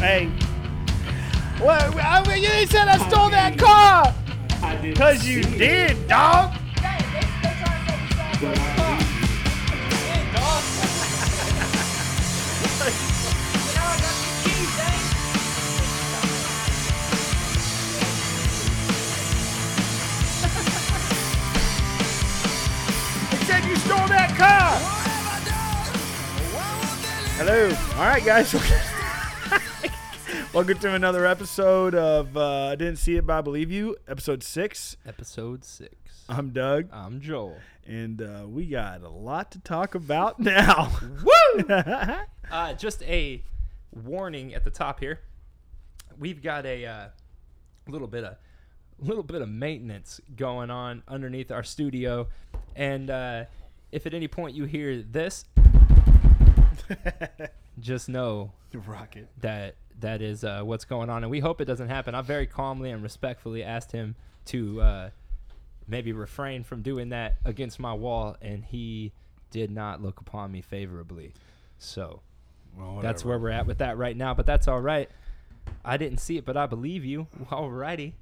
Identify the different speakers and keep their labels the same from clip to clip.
Speaker 1: Hey. What? I mean, you ain't said I stole that car.
Speaker 2: I didn't
Speaker 1: Cause you
Speaker 2: see it,
Speaker 1: did, dog.
Speaker 2: but I believe you.
Speaker 1: You said you stole that car. Hello. All right, guys. Welcome to another episode of uh, I Didn't See It, But I Believe You, episode six.
Speaker 3: Episode six.
Speaker 1: I'm Doug,
Speaker 3: I'm Joel.
Speaker 1: and uh, we got a lot to talk about now.
Speaker 3: Woo! uh, just a warning at the top here. We've got a uh, little bit of little bit of maintenance going on underneath our studio, and uh, if at any point you hear this, just know
Speaker 1: Rocket.
Speaker 3: that that is uh, what's going on, and we hope it doesn't happen. I very calmly and respectfully asked him to uh, maybe refrain from doing that against my wall, and he did not look upon me favorably. So that's where we're at with that right now, but that's all right. I didn't see it, but I believe you. Alrighty,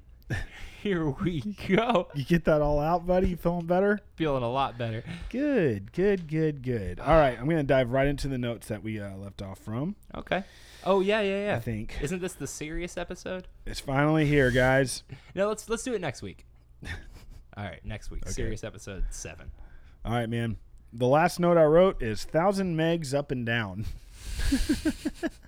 Speaker 3: here we go.
Speaker 1: You get that all out, buddy? You feeling better?
Speaker 3: Feeling a lot better.
Speaker 1: Good, good, good, good. All right, I'm gonna dive right into the notes that we uh, left off from.
Speaker 3: Okay. Oh yeah, yeah, yeah.
Speaker 1: I think
Speaker 3: Isn't this the serious episode?
Speaker 1: it's finally here, guys.
Speaker 3: No, let's let's do it next week. All right, next week, serious episode seven.
Speaker 1: All right, man. The last note I wrote is thousand megs up and down.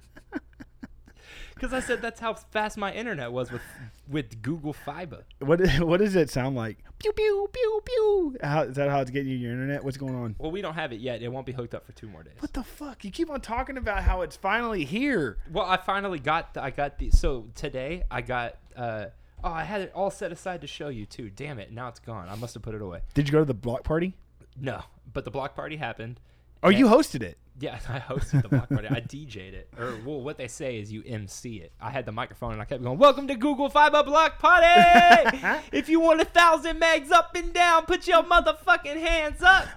Speaker 3: Because I said that's how fast my internet was with with Google Fiber.
Speaker 1: What what does it sound like? Pew pew pew pew. How, is that how it's getting you your internet? What's going on?
Speaker 3: Well, we don't have it yet. It won't be hooked up for two more days.
Speaker 1: What the fuck? You keep on talking about how it's finally here.
Speaker 3: Well, I finally got the, I got the so today I got uh oh I had it all set aside to show you too. Damn it, now it's gone. I must have put it away.
Speaker 1: Did you go to the block party?
Speaker 3: No, but the block party happened.
Speaker 1: Oh,
Speaker 3: Yeah.
Speaker 1: you hosted it.
Speaker 3: Yeah, I hosted the block party. I DJ'd it, or well, what they say is you MC it. I had the microphone and I kept going. Welcome to Google Fiber Block Party. if you want a thousand megs up and down, put your motherfucking hands up.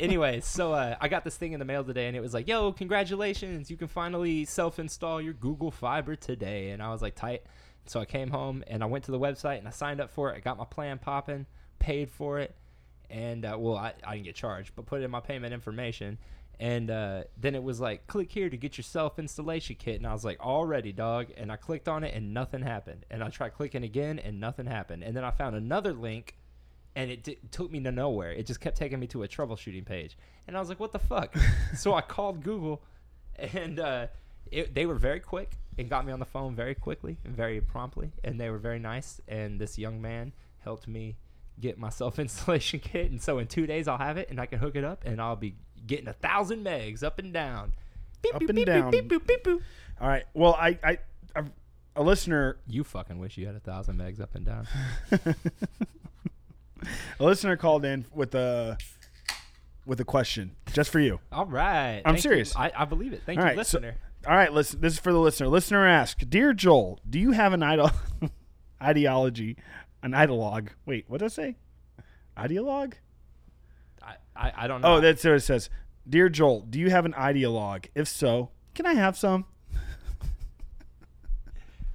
Speaker 3: Anyway, so uh, I got this thing in the mail today, and it was like, "Yo, congratulations! You can finally self-install your Google Fiber today." And I was like, "Tight." So I came home and I went to the website and I signed up for it. I got my plan popping, paid for it, and uh, well, I, I didn't get charged, but put in my payment information. And uh, then it was like, click here to get your self installation kit. And I was like, already, dog. And I clicked on it and nothing happened. And I tried clicking again and nothing happened. And then I found another link and it di- took me to nowhere. It just kept taking me to a troubleshooting page, and I was like, "What the fuck?" so I called Google, and uh, it, they were very quick and got me on the phone very quickly and very promptly, and they were very nice. And this young man helped me get my self installation kit, and so in two days I'll have it, and I can hook it up, and I'll be getting a thousand megs up and down. Beep,
Speaker 1: Up
Speaker 3: boop,
Speaker 1: and
Speaker 3: beep, boop,
Speaker 1: down.
Speaker 3: beep, boop, beep, boop.
Speaker 1: All right. Well, I I, I a listener
Speaker 3: You fucking wish you had a thousand megs up and down.
Speaker 1: a listener called in with a with a question just for you.
Speaker 3: All right,
Speaker 1: I'm
Speaker 3: Thank you.
Speaker 1: serious.
Speaker 3: I, I believe it. Thank
Speaker 1: All
Speaker 3: you,
Speaker 1: right, so-
Speaker 3: listener.
Speaker 1: All right, listen. This is for the listener. Listener asks, "Dear Joel, do you have an idol ideology, an ideologue? Wait, what did I say? Ideologue?
Speaker 3: I, I, I don't know.
Speaker 1: Oh, that's what it says. Dear Joel, do you have an ideologue? If so, can I have some?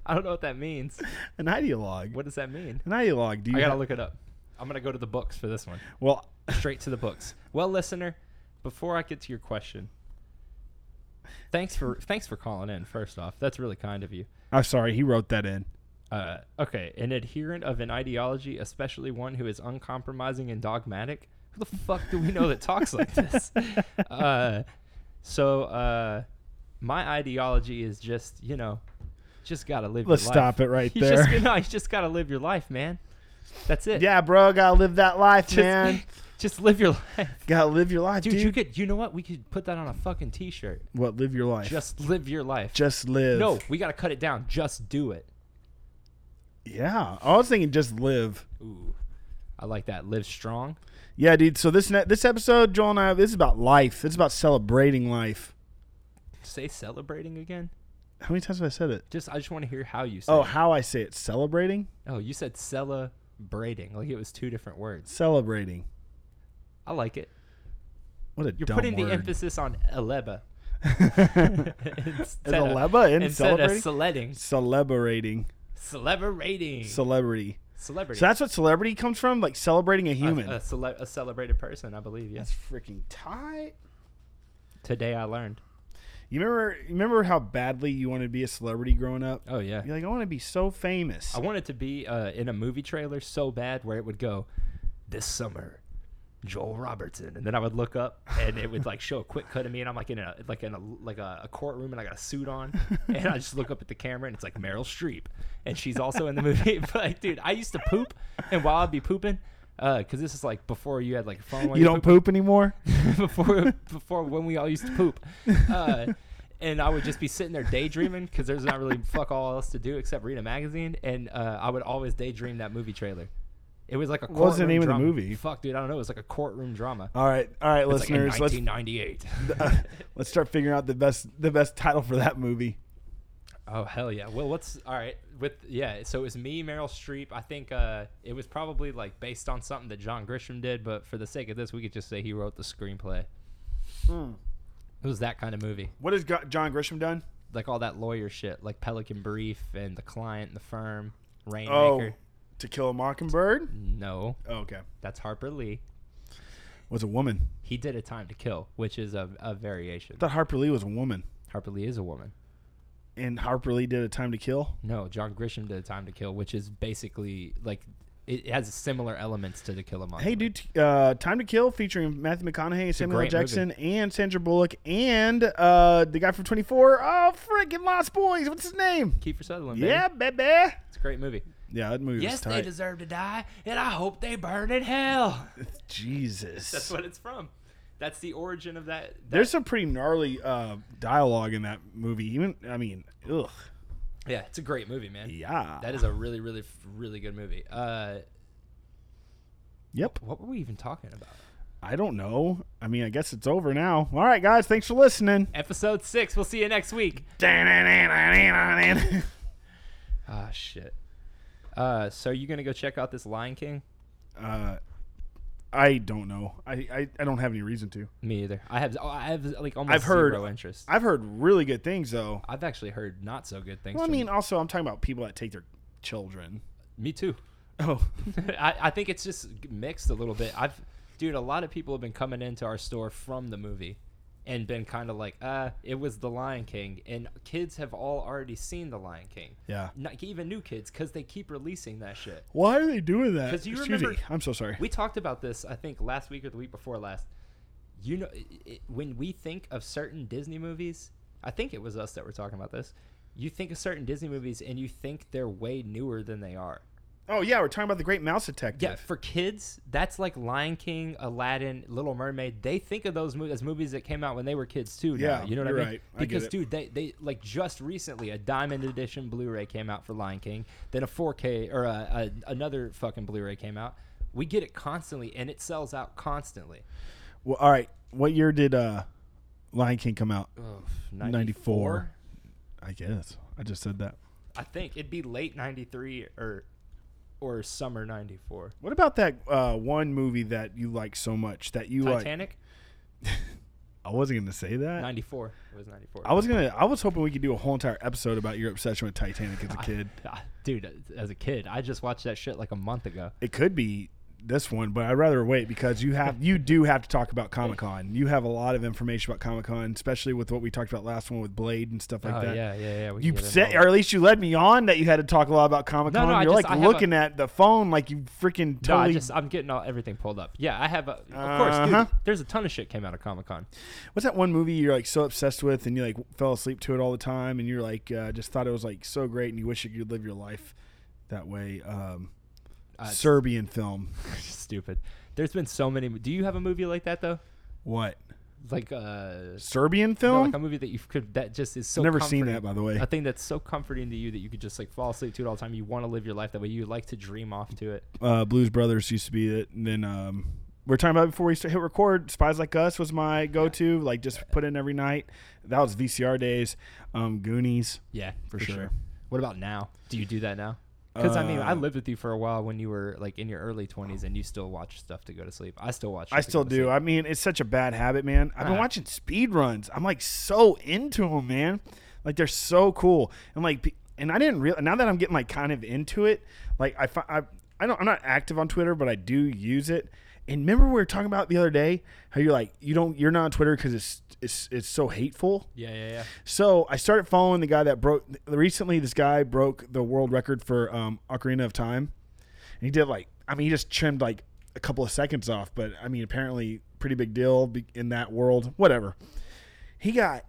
Speaker 3: I don't know what that means.
Speaker 1: An ideologue?
Speaker 3: What does that mean?
Speaker 1: An ideologue? Do you?
Speaker 3: I gotta
Speaker 1: ha-
Speaker 3: look it up. I'm gonna go to the books for this one.
Speaker 1: well,
Speaker 3: Straight to the books. Well, listener, before I get to your question, thanks for thanks for calling in. First off, that's really kind of you.
Speaker 1: I'm sorry. He wrote that in.
Speaker 3: Uh, okay, an adherent of an ideology, especially one who is uncompromising and dogmatic. Who the fuck do we know that talks like this? Uh, so, uh, my ideology is just you know, just gotta live.
Speaker 1: Let's
Speaker 3: your life.
Speaker 1: stop it right
Speaker 3: You
Speaker 1: there.
Speaker 3: Just, no, you just gotta live your life, man. That's it.
Speaker 1: Yeah, bro, gotta live that life,
Speaker 3: just,
Speaker 1: man.
Speaker 3: just live your life,
Speaker 1: Gotta live your life,
Speaker 3: dude,
Speaker 1: dude.
Speaker 3: You could, you know what? We could put that on a fucking t-shirt.
Speaker 1: what? Live your life.
Speaker 3: Just live your life.
Speaker 1: Just live.
Speaker 3: no, we gotta cut it down. Just do it.
Speaker 1: Yeah, I was thinking just live.
Speaker 3: Ooh, I like that. Live strong.
Speaker 1: Yeah, dude. So this ne- this episode, Joel and I, this is about life. It's about celebrating life.
Speaker 3: Say celebrating again.
Speaker 1: How many times have I said it?
Speaker 3: Just, I just want to hear how you said.
Speaker 1: Oh,
Speaker 3: Oh,
Speaker 1: how I say it. Celebrating,
Speaker 3: oh, you said celebrating. Like it was two different words.
Speaker 1: celebrating.
Speaker 3: I like it.
Speaker 1: What a
Speaker 3: You're
Speaker 1: dumb
Speaker 3: putting
Speaker 1: word.
Speaker 3: the emphasis on eleba. instead of-
Speaker 1: Celeba in
Speaker 3: instead of
Speaker 1: celebrating.
Speaker 3: celebrating,
Speaker 1: celebrating.
Speaker 3: celebrating,
Speaker 1: Celebrity.
Speaker 3: celebrity.
Speaker 1: So that's what celebrity comes from, like celebrating a
Speaker 3: A-
Speaker 1: human.
Speaker 3: a, cele- a celebrated person, I believe. Yes.
Speaker 1: That's freaking tight.
Speaker 3: Today I learned.
Speaker 1: You remember you remember how badly you wanted to be a celebrity growing up?
Speaker 3: Oh yeah.
Speaker 1: You're like, I want to be so famous.
Speaker 3: I wanted to be uh, in a movie trailer so bad where it would go, this summer, Joel Robertson, and then I would look up and it would like show a quick cut of me, and I'm like in a like in a like a, a courtroom, and I got a suit on, and I just look up at the camera, and it's like Meryl Streep, and she's also in the movie. but like, dude, I used to poop, and while I'd be pooping. Uh, cause this is like before you had like a phone. while
Speaker 1: you
Speaker 3: you're
Speaker 1: don't poop anymore?
Speaker 3: before before when we all used to poop. Uh, and I would just be sitting there daydreaming because there's not really fuck all else to do except read a magazine. And uh, I would always daydream that movie trailer. It was like a
Speaker 1: What was the
Speaker 3: courtroom
Speaker 1: name of the
Speaker 3: drama.
Speaker 1: movie?
Speaker 3: Fuck, dude, I don't know. It was like a courtroom drama.
Speaker 1: All right, all right,
Speaker 3: It's like in
Speaker 1: listeners,
Speaker 3: 1998.
Speaker 1: let's uh, let's start figuring out the best the best title for that movie.
Speaker 3: oh hell yeah. Well, what's all right with yeah? So it was me, Meryl Streep. I think uh, it was probably like based on something that John Grisham did, but for the sake of this, we could just say he wrote the screenplay.
Speaker 1: Hmm.
Speaker 3: It was that kind of movie.
Speaker 1: What has Go- John Grisham done?
Speaker 3: like all that lawyer shit, like Pelican Brief and the client, and the firm,
Speaker 1: Oh,
Speaker 3: Rainmaker.
Speaker 1: To Kill a Mockingbird.
Speaker 3: No,
Speaker 1: Oh, okay,
Speaker 3: that's Harper Lee.
Speaker 1: was a woman.
Speaker 3: He did a time to kill, which is a, a variation.
Speaker 1: I thought Harper Lee was a woman,
Speaker 3: Harper Lee is a woman.
Speaker 1: and Harper Lee did a Time to Kill.
Speaker 3: No, John Grisham did a time to kill, which is basically like it has similar elements to the Kill 'Em All.
Speaker 1: Hey, dude, t- uh, Time to Kill featuring Matthew McConaughey, Samuel L.
Speaker 3: great movie.
Speaker 1: Jackson, and Sandra Bullock, and uh, the guy from 24. Oh, freaking Lost Boys. What's his name?
Speaker 3: Kiefer Sutherland. Baby.
Speaker 1: Yeah, baby.
Speaker 3: it's a great movie.
Speaker 1: Yeah, that movie
Speaker 3: Yes,
Speaker 1: was tight.
Speaker 3: they deserve to die, and I hope they burn in hell.
Speaker 1: Jesus.
Speaker 3: That's what it's from. That's the origin of that. that
Speaker 1: There's some pretty gnarly uh, dialogue in that movie. Even, I mean, ugh.
Speaker 3: yeah, it's a great movie, man.
Speaker 1: Yeah.
Speaker 3: That is a really, really, really good movie. Uh,
Speaker 1: yep.
Speaker 3: what were we even talking about?
Speaker 1: I don't know. I mean, I guess it's over now. All right, guys. Thanks for listening.
Speaker 3: Episode six. We'll see you next week.
Speaker 1: uh,
Speaker 3: Ah, shit. Uh, so you gonna go check out this Lion King?
Speaker 1: I don't know. I, I, I don't have any reason to.
Speaker 3: Me either. I have, oh, I have like almost
Speaker 1: I've heard-
Speaker 3: zero interest.
Speaker 1: I've heard really good things, though.
Speaker 3: I've actually heard not so good things.
Speaker 1: Well, I
Speaker 3: from-
Speaker 1: mean, also, I'm talking about people that take their children.
Speaker 3: me too.
Speaker 1: Oh,
Speaker 3: I, I think it's just mixed a little bit. I've, dude, a lot of people have been coming into our store from the movie, and been kind of like, uh, it was the Lion King, and kids have all already seen the Lion King.
Speaker 1: yeah.
Speaker 3: Not even new kids, because they keep releasing that shit.
Speaker 1: Why are they doing that?
Speaker 3: 'Cause you
Speaker 1: Excuse
Speaker 3: remember-
Speaker 1: me. I'm so sorry.
Speaker 3: we talked about this i think last week or the week before last you know i i when we think of certain disney movies i think it was us that were talking about this you think of certain disney movies and you think they're way newer than they are
Speaker 1: oh, yeah. We're talking about the Great Mouse Detective.
Speaker 3: yeah for kids that's like lion king aladdin little mermaid they think of those movies as movies that came out when they were kids too now,
Speaker 1: Yeah,
Speaker 3: you know what
Speaker 1: you're
Speaker 3: i mean
Speaker 1: right. I get
Speaker 3: because
Speaker 1: it.
Speaker 3: dude they, they like just recently a diamond edition blu-ray came out for lion king then a 4k or a, a, another fucking blu-ray came out we get it constantly and it sells out constantly
Speaker 1: Well, all right. What year did uh, Lion King come out?
Speaker 3: 94?
Speaker 1: 94. I guess. I just said that.
Speaker 3: I think it'd be late 93 or or summer 94.
Speaker 1: What about that uh, one movie that you like so much that you like?
Speaker 3: Titanic
Speaker 1: I wasn't gonna say that.
Speaker 3: 94 it was 94.
Speaker 1: I was gonna. I was hoping we could do a whole entire episode about your obsession with Titanic as a kid.
Speaker 3: Ah, Dude, as a kid, I just watched that shit like a month ago.
Speaker 1: It could be this one, but I'd rather wait because you have you do have to talk about Comic Con. You have a lot of information about Comic Con, especially with what we talked about last one with Blade and stuff like
Speaker 3: oh
Speaker 1: that.
Speaker 3: yeah, yeah, yeah. we
Speaker 1: You
Speaker 3: can get
Speaker 1: said,
Speaker 3: into
Speaker 1: or at least you led me on that you had to talk a lot about Comic Con.
Speaker 3: no, I
Speaker 1: You're
Speaker 3: just-
Speaker 1: like
Speaker 3: I have
Speaker 1: looking at the phone like you freaking
Speaker 3: all- no, I
Speaker 1: totally.
Speaker 3: just I'm getting all everything pulled up. Yeah, I have. A, of course, dude.
Speaker 1: Uh-huh.
Speaker 3: There's a ton of shit came out of Comic Con.
Speaker 1: What's that one movie you're like so obsessed with and you like fell asleep to it all the time and you're like uh, just thought it was like so great and you wish you could live your life that way? Um,
Speaker 3: Uh, it's-
Speaker 1: Serbian film.
Speaker 3: Stupid. There's been so many. Do you have a movie like that though?
Speaker 1: What
Speaker 3: Like uh,
Speaker 1: Serbian
Speaker 3: no,
Speaker 1: film?
Speaker 3: like a movie that you could that just is so
Speaker 1: Never
Speaker 3: comforting.
Speaker 1: seen that by the way.
Speaker 3: I think that's so comforting to you that you could just like fall asleep to it all the time. You want to live your life that way. You like to dream off to it.
Speaker 1: Uh, Blues Brothers used to be it, and then um, we are talking about before we st- hit record. Spies Like Us was my go-to, like just put in every night. That was VCR days. Um, Goonies.
Speaker 3: Yeah, for,
Speaker 1: sure.
Speaker 3: What about now? Do you do that now? Because I mean, I
Speaker 1: Uh,
Speaker 3: lived with you for a while when you were like in your early 20s, and you still watch stuff to go to sleep. I still watch.
Speaker 1: I
Speaker 3: stuff to go
Speaker 1: still
Speaker 3: to
Speaker 1: do.
Speaker 3: sleep.
Speaker 1: I mean, it's such a bad habit, man. I've been
Speaker 3: Uh-huh.
Speaker 1: watching speed runs. I'm like so into them, man. Like they're so cool. And like, pe- and I didn't real. Now that I'm getting like kind of into it, like I, fi- I, I don't. I'm not active on Twitter, but I do use it. And remember we were talking about the other day how you're like you don't you're not on Twitter because it's it's it's so hateful.
Speaker 3: Yeah, yeah, yeah.
Speaker 1: So I started following the guy that broke recently. This guy broke the world record for um, Ocarina of Time, and he did like I mean he just trimmed like a couple of seconds off, but I mean apparently pretty big deal be- in that world. Whatever, he got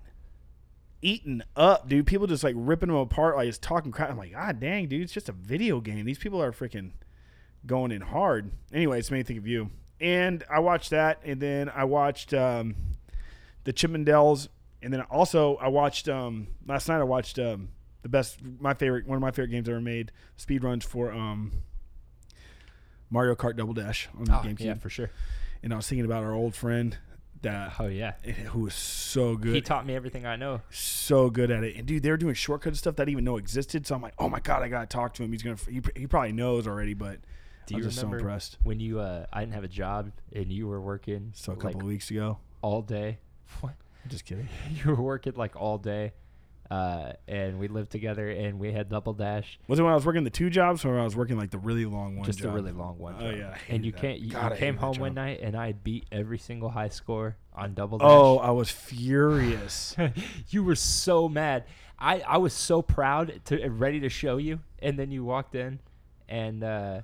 Speaker 1: eaten up, dude. People just like ripping him apart, like just talking crap. I'm like, God dang, dude, it's just a video game. These people are freaking going in hard. Anyway, it's made me think of you. And I watched that, and then I watched. Um, the Chippendales, and then also I watched um, last night. I watched um, the best, my favorite, one of my favorite games ever made, speed runs for um, Mario Kart Double Dash on the
Speaker 3: Oh,
Speaker 1: GameCube,
Speaker 3: yeah, for sure.
Speaker 1: and I was thinking about our old friend that
Speaker 3: Oh yeah.
Speaker 1: who was so
Speaker 3: He
Speaker 1: good,
Speaker 3: taught me everything I know.
Speaker 1: so good at it. And dude, they were doing shortcut stuff that I didn't even know existed. So I'm like, oh my god, I gotta talk to him. He's gonna, he, he probably knows already, but
Speaker 3: Do
Speaker 1: I
Speaker 3: you
Speaker 1: was just so
Speaker 3: remember
Speaker 1: impressed.
Speaker 3: when you? Uh, I didn't have a job, and you were working
Speaker 1: So a
Speaker 3: like,
Speaker 1: couple of weeks ago,
Speaker 3: all day. What?
Speaker 1: just kidding.
Speaker 3: you were working like all day, uh, and we lived together, and we had double dash,
Speaker 1: Was it when I was working the two jobs, or when I was working like the really long one?
Speaker 3: just
Speaker 1: job?
Speaker 3: a really long one.
Speaker 1: Oh,
Speaker 3: job.
Speaker 1: yeah, I
Speaker 3: and
Speaker 1: hated
Speaker 3: you
Speaker 1: that.
Speaker 3: can't. You,
Speaker 1: God, I
Speaker 3: you
Speaker 1: hated
Speaker 3: came
Speaker 1: that
Speaker 3: home one
Speaker 1: job.
Speaker 3: night, and I had beat every single high score on double dash.
Speaker 1: Oh, I was furious.
Speaker 3: you were so mad. I, I was so proud to and ready to show you, and then you walked in, and uh,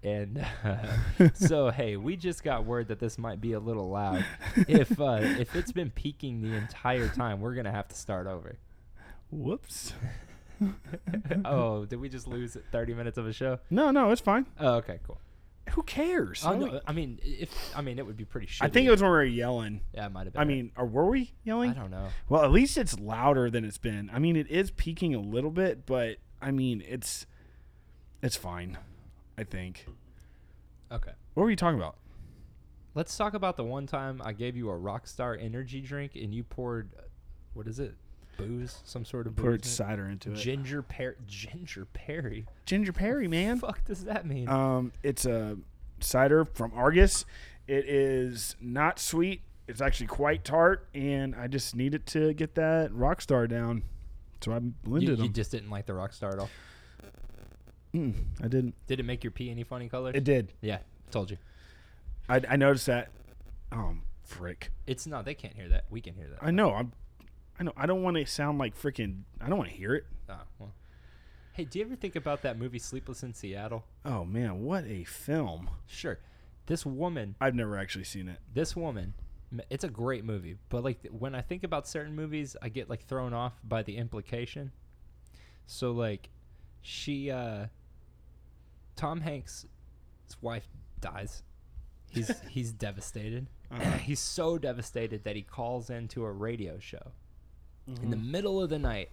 Speaker 3: and so hey, we just got word that this might be a little loud. If uh, if it's been peaking the entire time, we're gonna have to start over.
Speaker 1: Whoops.
Speaker 3: oh, did we just lose 30 minutes of a show?
Speaker 1: No, no, it's fine.
Speaker 3: Oh, okay, cool.
Speaker 1: Who cares?
Speaker 3: Oh,
Speaker 1: I'm
Speaker 3: no,
Speaker 1: like-
Speaker 3: I mean, if I mean, it would be pretty shitty.
Speaker 1: I think it was when we were yelling.
Speaker 3: Yeah, it might have been.
Speaker 1: I
Speaker 3: it.
Speaker 1: mean, or were we
Speaker 3: I
Speaker 1: yelling?
Speaker 3: don't know.
Speaker 1: Well, at least it's louder than it's been. I mean, it is peaking a little bit, but I mean, it's it's fine. I think.
Speaker 3: Okay.
Speaker 1: What were you talking about?
Speaker 3: Let's talk about the one time I gave you a Rockstar energy drink and you poured, uh, what is it? Booze? Some sort of
Speaker 1: Poured
Speaker 3: booze? in
Speaker 1: cider into
Speaker 3: it?
Speaker 1: it.
Speaker 3: Ginger pear, ginger perry.
Speaker 1: Ginger Perry, man.
Speaker 3: Fuck does that mean?
Speaker 1: Um, it's a cider from Argus. It is not sweet. It's actually quite tart, and I just needed to get that rock star down, so I
Speaker 3: you,
Speaker 1: blended
Speaker 3: you
Speaker 1: them.
Speaker 3: just didn't like the Rockstar at all.
Speaker 1: Mm, I didn't.
Speaker 3: Did it make your pee any funny colors?
Speaker 1: It did.
Speaker 3: yeah, told you.
Speaker 1: I, I noticed that. Oh, frick!
Speaker 3: It's not. They can't hear that. We can hear that.
Speaker 1: I know. I'm. I know. I don't want to sound like freaking. I don't want to hear it.
Speaker 3: Oh, well. Hey, do you ever think about that movie Sleepless in Seattle?
Speaker 1: Oh man, what a film!
Speaker 3: Sure. This woman
Speaker 1: I've never actually seen it.
Speaker 3: this woman m- it's a great movie but like th- when i think about certain movies i get like thrown off by the implication so like she uh tom hanks' wife dies he's he's devastated
Speaker 1: Uh-huh.
Speaker 3: he's so devastated that he calls into a radio show in the middle of the night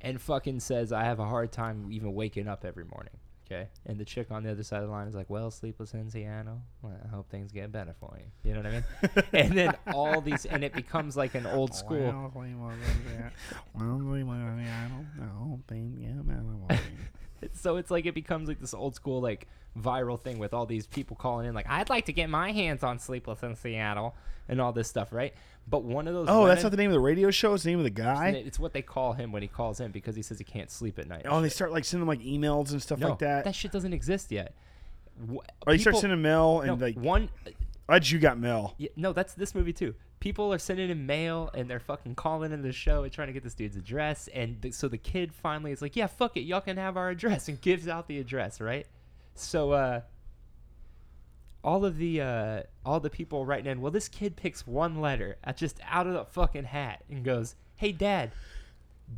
Speaker 3: and fucking says i have a hard time even waking up every morning okay and the chick on the other side of the line is like well sleepless in seattle well, i hope things get better for you you know what i mean and then all these and it becomes like an old school so it's like it becomes like this old school like viral thing with all these people calling in like i'd like to get my hands on sleepless in seattle and all this stuff right but one of those
Speaker 1: Oh, that's
Speaker 3: women-
Speaker 1: not the name of the radio show. It's the name of the guy.
Speaker 3: it's what they call him when he calls in because he says he can't sleep at night and
Speaker 1: Oh,
Speaker 3: shit.
Speaker 1: they start like sending like emails and stuff like that.
Speaker 3: shit doesn't exist yet. Wh-
Speaker 1: or you start
Speaker 3: people-
Speaker 1: sending mail
Speaker 3: no,
Speaker 1: and like,
Speaker 3: one.
Speaker 1: how'd you got mail?
Speaker 3: yeah, no, that's this movie too. People are sending him mail and they're fucking calling into the show and trying to get this dude's address. And th- so the kid finally is like, "Yeah, fuck it, y'all can have our address," and gives out the address, right? So uh, all of the uh, all the people writing in, well, this kid picks one letter uh, just out of the fucking hat and goes, "Hey, dad,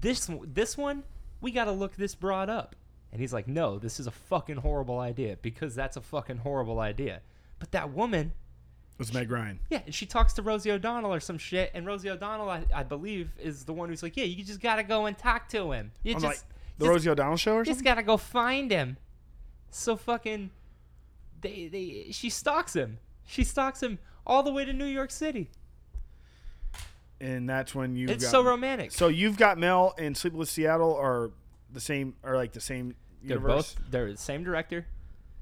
Speaker 3: this w- this one we gotta look this broad up and he's like no this is a fucking horrible idea because that's a fucking horrible idea but that woman
Speaker 1: It was Meg Ryan.
Speaker 3: yeah and she talks to rosie o'donnell or some shit and rosie o'donnell i, I believe is the one who's like yeah you just gotta go and talk to him you
Speaker 1: I'm
Speaker 3: just
Speaker 1: like the
Speaker 3: just-
Speaker 1: Rosie O'Donnell show or
Speaker 3: just
Speaker 1: something.
Speaker 3: gotta go find him. So fucking, they they she stalks him. She stalks him all the way to New York City.
Speaker 1: And that's when you.
Speaker 3: it's
Speaker 1: got,
Speaker 3: so romantic.
Speaker 1: So you've got mail and Sleepless Seattle are the same or like the same
Speaker 3: They're
Speaker 1: universe?
Speaker 3: both they're the same director,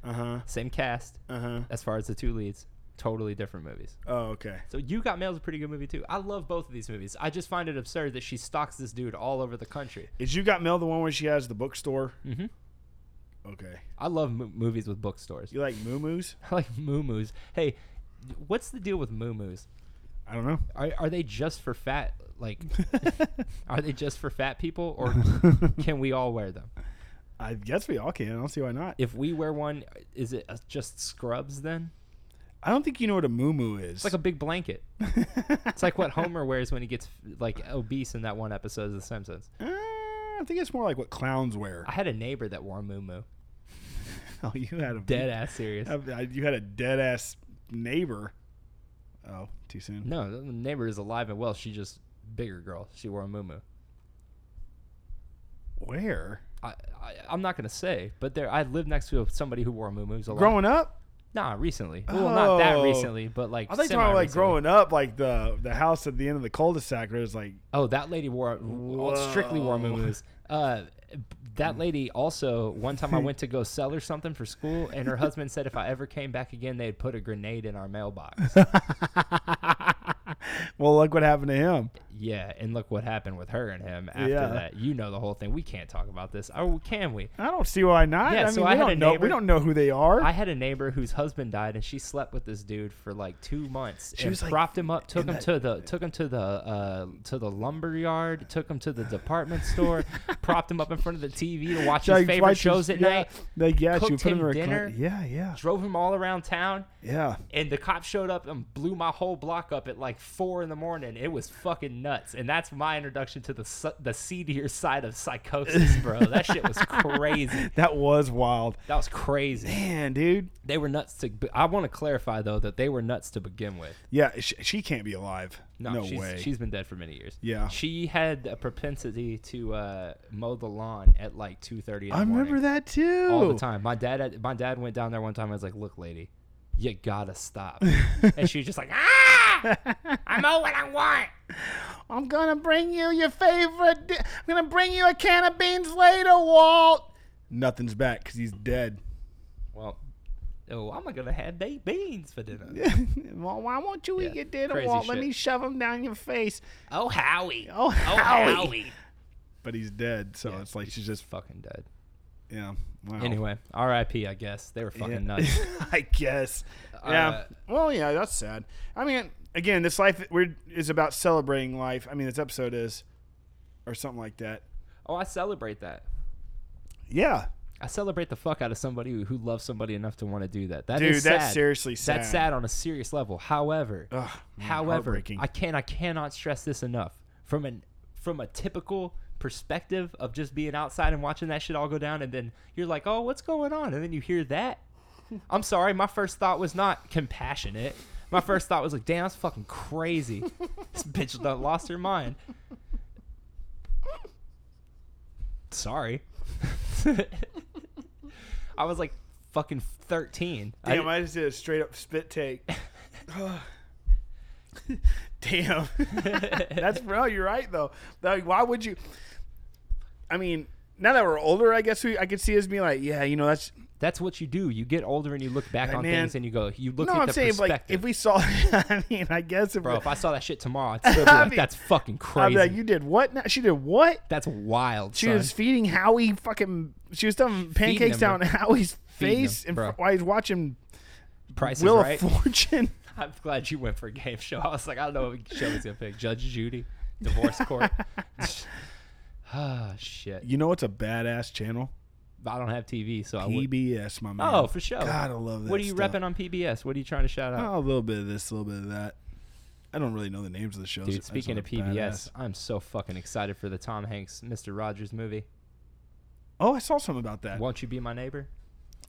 Speaker 1: Uh huh.
Speaker 3: same cast.
Speaker 1: Uh huh.
Speaker 3: As far as the two leads, totally different movies.
Speaker 1: Oh, okay.
Speaker 3: So You Got Mail is a pretty good movie too. I love both of these movies. I just find it absurd that she stalks this dude all over the country.
Speaker 1: Is you got Mel the one where she has the bookstore?
Speaker 3: Mm-hmm.
Speaker 1: Okay.
Speaker 3: I love mo- movies with bookstores.
Speaker 1: You like moo-moos?
Speaker 3: I like moo-moos. Hey, what's the deal with moo-moos?
Speaker 1: I don't know.
Speaker 3: Are, are they just for fat? Like, are they just for fat people, or can we all wear them?
Speaker 1: I guess we all can. I don't see why not.
Speaker 3: If we wear one, is it uh, just scrubs then?
Speaker 1: I don't think you know what a moo is.
Speaker 3: It's like a big blanket. It's like what Homer wears when he gets like obese in that one episode of The Simpsons.
Speaker 1: Uh, I think it's more like what clowns wear.
Speaker 3: I had a neighbor that wore moo moo.
Speaker 1: Oh, you had a
Speaker 3: Dead ass serious.
Speaker 1: I- I- you had a dead ass neighbor. Oh, too soon.
Speaker 3: No, the neighbor is alive and well. She just bigger girl. She wore a moo moo.
Speaker 1: Where?
Speaker 3: I, I, I'm not gonna say, but there I lived next to somebody who wore moo moos a lot.
Speaker 1: Growing up?
Speaker 3: Nah, recently. Well, not that
Speaker 1: Oh.
Speaker 3: recently, but like.
Speaker 1: I think talking about like
Speaker 3: semi-recently.
Speaker 1: growing up, like the the house at the end of the cul-de-sac where it's like
Speaker 3: Oh, that lady wore well, strictly wore
Speaker 1: Whoa.
Speaker 3: moo Uh, that lady also one time I went to go sell her something for school, and her husband said if I ever came back again, they'd put a grenade in our mailbox.
Speaker 1: Well, look what happened to him.
Speaker 3: yeah, and look what happened with her and him after
Speaker 1: Yeah.
Speaker 3: that. You know the whole thing. We can't talk about this. Oh, can we?
Speaker 1: I don't see why not.
Speaker 3: Yeah,
Speaker 1: I mean,
Speaker 3: so
Speaker 1: we
Speaker 3: I had
Speaker 1: don't
Speaker 3: a
Speaker 1: know.
Speaker 3: neighbor-
Speaker 1: We don't know who they are.
Speaker 3: I had a neighbor whose husband died, and she slept with this dude for like two months. She and
Speaker 1: was, like,
Speaker 3: propped him up, took
Speaker 1: in
Speaker 3: him
Speaker 1: that-
Speaker 3: to the took him to the uh, to the lumber yard, took him to the department store, propped him up in front of the TV to watch
Speaker 1: Like,
Speaker 3: his favorite
Speaker 1: watch
Speaker 3: shows
Speaker 1: his-
Speaker 3: at
Speaker 1: yeah,
Speaker 3: night.
Speaker 1: Like, yeah, she
Speaker 3: cooked
Speaker 1: would put him in
Speaker 3: him
Speaker 1: her
Speaker 3: dinner.
Speaker 1: cl- Yeah, yeah,
Speaker 3: Drove him all around town,
Speaker 1: yeah.
Speaker 3: and the cops showed up and blew my whole block up at like four in the morning. It was fucking nuts, and that's my introduction to the su- the seedier side of psychosis, bro. that shit was crazy.
Speaker 1: That was wild,
Speaker 3: That was crazy.
Speaker 1: man, dude.
Speaker 3: They were nuts to. Be- I want to clarify though that they were nuts to begin with.
Speaker 1: Yeah, she, she can't be alive.
Speaker 3: No,
Speaker 1: No,
Speaker 3: she's,
Speaker 1: way.
Speaker 3: she's been dead for many years.
Speaker 1: Yeah.
Speaker 3: she had a propensity to uh, mow the lawn at like two thirty.
Speaker 1: I remember that too.
Speaker 3: all the time. My dad, had, my dad went down there one time. I was like, "Look, lady, you gotta stop." and she was just like, "Ah, I mow what I want."
Speaker 1: I'm gonna bring you your favorite. Di- I'm gonna bring you a can of beans later, Walt. Nothing's back because he's dead.
Speaker 3: Well, oh, I'm gonna have baked beans for dinner.
Speaker 1: well, why won't you eat
Speaker 3: Yeah,
Speaker 1: your dinner,
Speaker 3: crazy
Speaker 1: Walt? Let
Speaker 3: shit.
Speaker 1: me shove him down your face.
Speaker 3: Oh, Howie.
Speaker 1: Oh,
Speaker 3: Oh,
Speaker 1: Howie.
Speaker 3: Howie.
Speaker 1: But he's dead, so
Speaker 3: Yeah.
Speaker 1: it's like she's just
Speaker 3: Fucking dead.
Speaker 1: yeah. Wow.
Speaker 3: Anyway, R.I.P. I guess they were fucking
Speaker 1: Yeah.
Speaker 3: nuts.
Speaker 1: I guess.
Speaker 3: Uh,
Speaker 1: yeah. Well, yeah, that's sad. I mean, again, this life we're, is about celebrating life. I mean, this episode is, or something like that.
Speaker 3: Oh, I celebrate that.
Speaker 1: Yeah,
Speaker 3: I celebrate the fuck out of somebody who- who loves somebody enough to want to do that. That
Speaker 1: dude,
Speaker 3: is
Speaker 1: that's
Speaker 3: sad.
Speaker 1: seriously sad.
Speaker 3: That's sad on a serious level. However,
Speaker 1: Ugh, man,
Speaker 3: however,
Speaker 1: heartbreaking.
Speaker 3: I can I cannot stress this enough. From an from a typical perspective of just being outside and watching that shit all go down, and then you're like, oh, what's going on? And then you hear that. I'm sorry, my first thought was not compassionate. My first thought was like, damn, that's fucking crazy. this bitch done lost her mind. Sorry. I was like fucking 13. I
Speaker 1: Damn, I, just did a straight up spit take. Ugh. Damn, that's bro. You're right though. Like, why would you? I mean, now that we're older, I guess we I could see us being like, yeah, you know, that's
Speaker 3: That's what you do. You get older and you look back
Speaker 1: Like,
Speaker 3: on
Speaker 1: man-
Speaker 3: things and you go, you look
Speaker 1: no.
Speaker 3: at
Speaker 1: I'm
Speaker 3: the
Speaker 1: saying
Speaker 3: perspective.
Speaker 1: like if we saw. I mean, I guess if
Speaker 3: Bro,
Speaker 1: we-
Speaker 3: if I saw that shit tomorrow, I'd still be
Speaker 1: I
Speaker 3: like,
Speaker 1: mean-
Speaker 3: that's fucking
Speaker 1: I'd
Speaker 3: crazy.
Speaker 1: be like, you did what? Now? She did what?
Speaker 3: that's wild,
Speaker 1: She
Speaker 3: son.
Speaker 1: was feeding Howie fucking. She was throwing pancakes
Speaker 3: him,
Speaker 1: down
Speaker 3: bro.
Speaker 1: Howie's
Speaker 3: Feeding him,
Speaker 1: face, and
Speaker 3: bro.
Speaker 1: f- while he's watching
Speaker 3: Price is
Speaker 1: Wheel
Speaker 3: right.
Speaker 1: of Fortune.
Speaker 3: I'm glad you went for a game show. I was like, I don't know what show he's going to pick. Judge Judy, Divorce Court. Ah, shit.
Speaker 1: You know what's a badass channel?
Speaker 3: I don't have TV, so I would.
Speaker 1: PBS, my man.
Speaker 3: Uh, Oh, for sure.
Speaker 1: God, I love that.
Speaker 3: What are you
Speaker 1: stuff.
Speaker 3: repping on PBS? What are you trying to shout out?
Speaker 1: Oh, a little bit of this, a little bit of that. I don't really know the names of the shows. I
Speaker 3: Dude,
Speaker 1: just
Speaker 3: speaking
Speaker 1: know
Speaker 3: of
Speaker 1: they're
Speaker 3: PBS,
Speaker 1: badass.
Speaker 3: I'm so fucking excited for the Tom Hanks Mr. Rogers movie.
Speaker 1: Oh, I saw something about that.
Speaker 3: Won't you be my neighbor?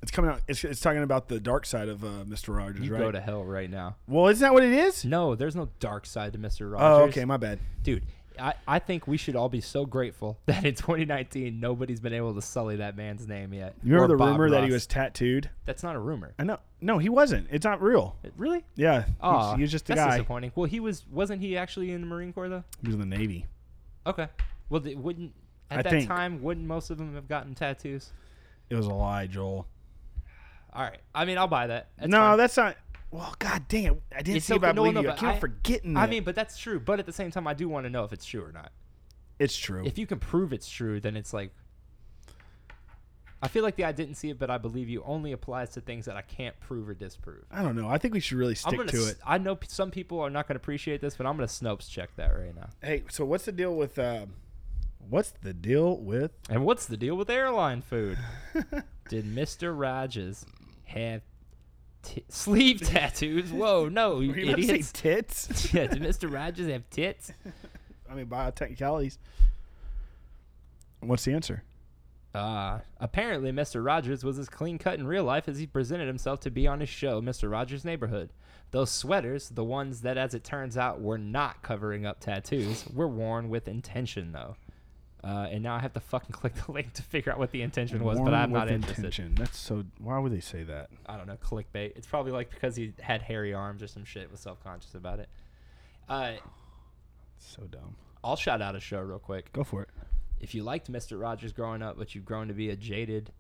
Speaker 1: It's coming out. It's, it's talking about the dark side of uh, Mr. Rogers,
Speaker 3: You
Speaker 1: right?
Speaker 3: go to hell right now.
Speaker 1: well, isn't that what it is?
Speaker 3: No, there's no dark side to Mr. Rogers.
Speaker 1: Oh, okay, my bad.
Speaker 3: Dude, I, I think we should all be so grateful that in 2019 nobody's been able to sully that man's name yet.
Speaker 1: You remember
Speaker 3: Or
Speaker 1: the
Speaker 3: Bob
Speaker 1: rumor that he
Speaker 3: Ross.
Speaker 1: was tattooed?
Speaker 3: That's not a rumor.
Speaker 1: I know. No, he wasn't. It's not real.
Speaker 3: Really?
Speaker 1: Yeah, he was-
Speaker 3: Oh,
Speaker 1: he was just a
Speaker 3: that's
Speaker 1: guy.
Speaker 3: disappointing. Well, he was. Wasn't he actually in the Marine Corps though?
Speaker 1: He was in the Navy.
Speaker 3: Okay. Well, they wouldn't. At
Speaker 1: I
Speaker 3: that
Speaker 1: think-
Speaker 3: time, wouldn't most of them have gotten tattoos?
Speaker 1: It was a lie, Joel.
Speaker 3: All right. I mean, I'll buy that. That's
Speaker 1: no,
Speaker 3: fine.
Speaker 1: that's not. Well, god dang it! I didn't
Speaker 3: It's
Speaker 1: see
Speaker 3: so
Speaker 1: if I
Speaker 3: good- no,
Speaker 1: believe
Speaker 3: no,
Speaker 1: you. I
Speaker 3: but
Speaker 1: keep
Speaker 3: I-
Speaker 1: forgetting. That.
Speaker 3: I mean, but that's true. But at the same time, I do want to know if it's true or not.
Speaker 1: it's true.
Speaker 3: If you can prove it's true, then it's like. I feel like the I didn't see it, but I believe you only applies to things that I can't prove or disprove.
Speaker 1: I don't know. I think we should really
Speaker 3: I'm
Speaker 1: stick
Speaker 3: gonna
Speaker 1: to
Speaker 3: s-
Speaker 1: it.
Speaker 3: I know p- some people are not going to appreciate this, but I'm going to Snopes check that right now.
Speaker 1: Hey, so what's the deal with? Um, what's the deal with?
Speaker 3: And what's the deal with airline food? Did Mr. Rogers have t- sleeve tattoos? Whoa, no, you
Speaker 1: Were you about to say
Speaker 3: idiots.
Speaker 1: tits?
Speaker 3: yeah, did Mr. Rogers have tits?
Speaker 1: I mean, biotechnicalities. What's the answer?
Speaker 3: Uh, apparently, Mr. Rogers was as clean cut in real life as he presented himself to be on his show, Mr. Rogers' Neighborhood. Those sweaters, the ones that, as it turns out, were not covering up tattoos, were worn with intention, though. Uh, and now I have to fucking click the link to figure out what the intention was, but
Speaker 1: Warm
Speaker 3: I'm not
Speaker 1: with
Speaker 3: interested.
Speaker 1: intention. That's so. Why would they say that?
Speaker 3: I don't know, clickbait. It's probably like because he had hairy arms or some shit was self conscious about it. Uh,
Speaker 1: So dumb.
Speaker 3: I'll shout out a show real quick.
Speaker 1: Go for it.
Speaker 3: If you liked Mr. Rogers growing up, but you've grown to be a jaded,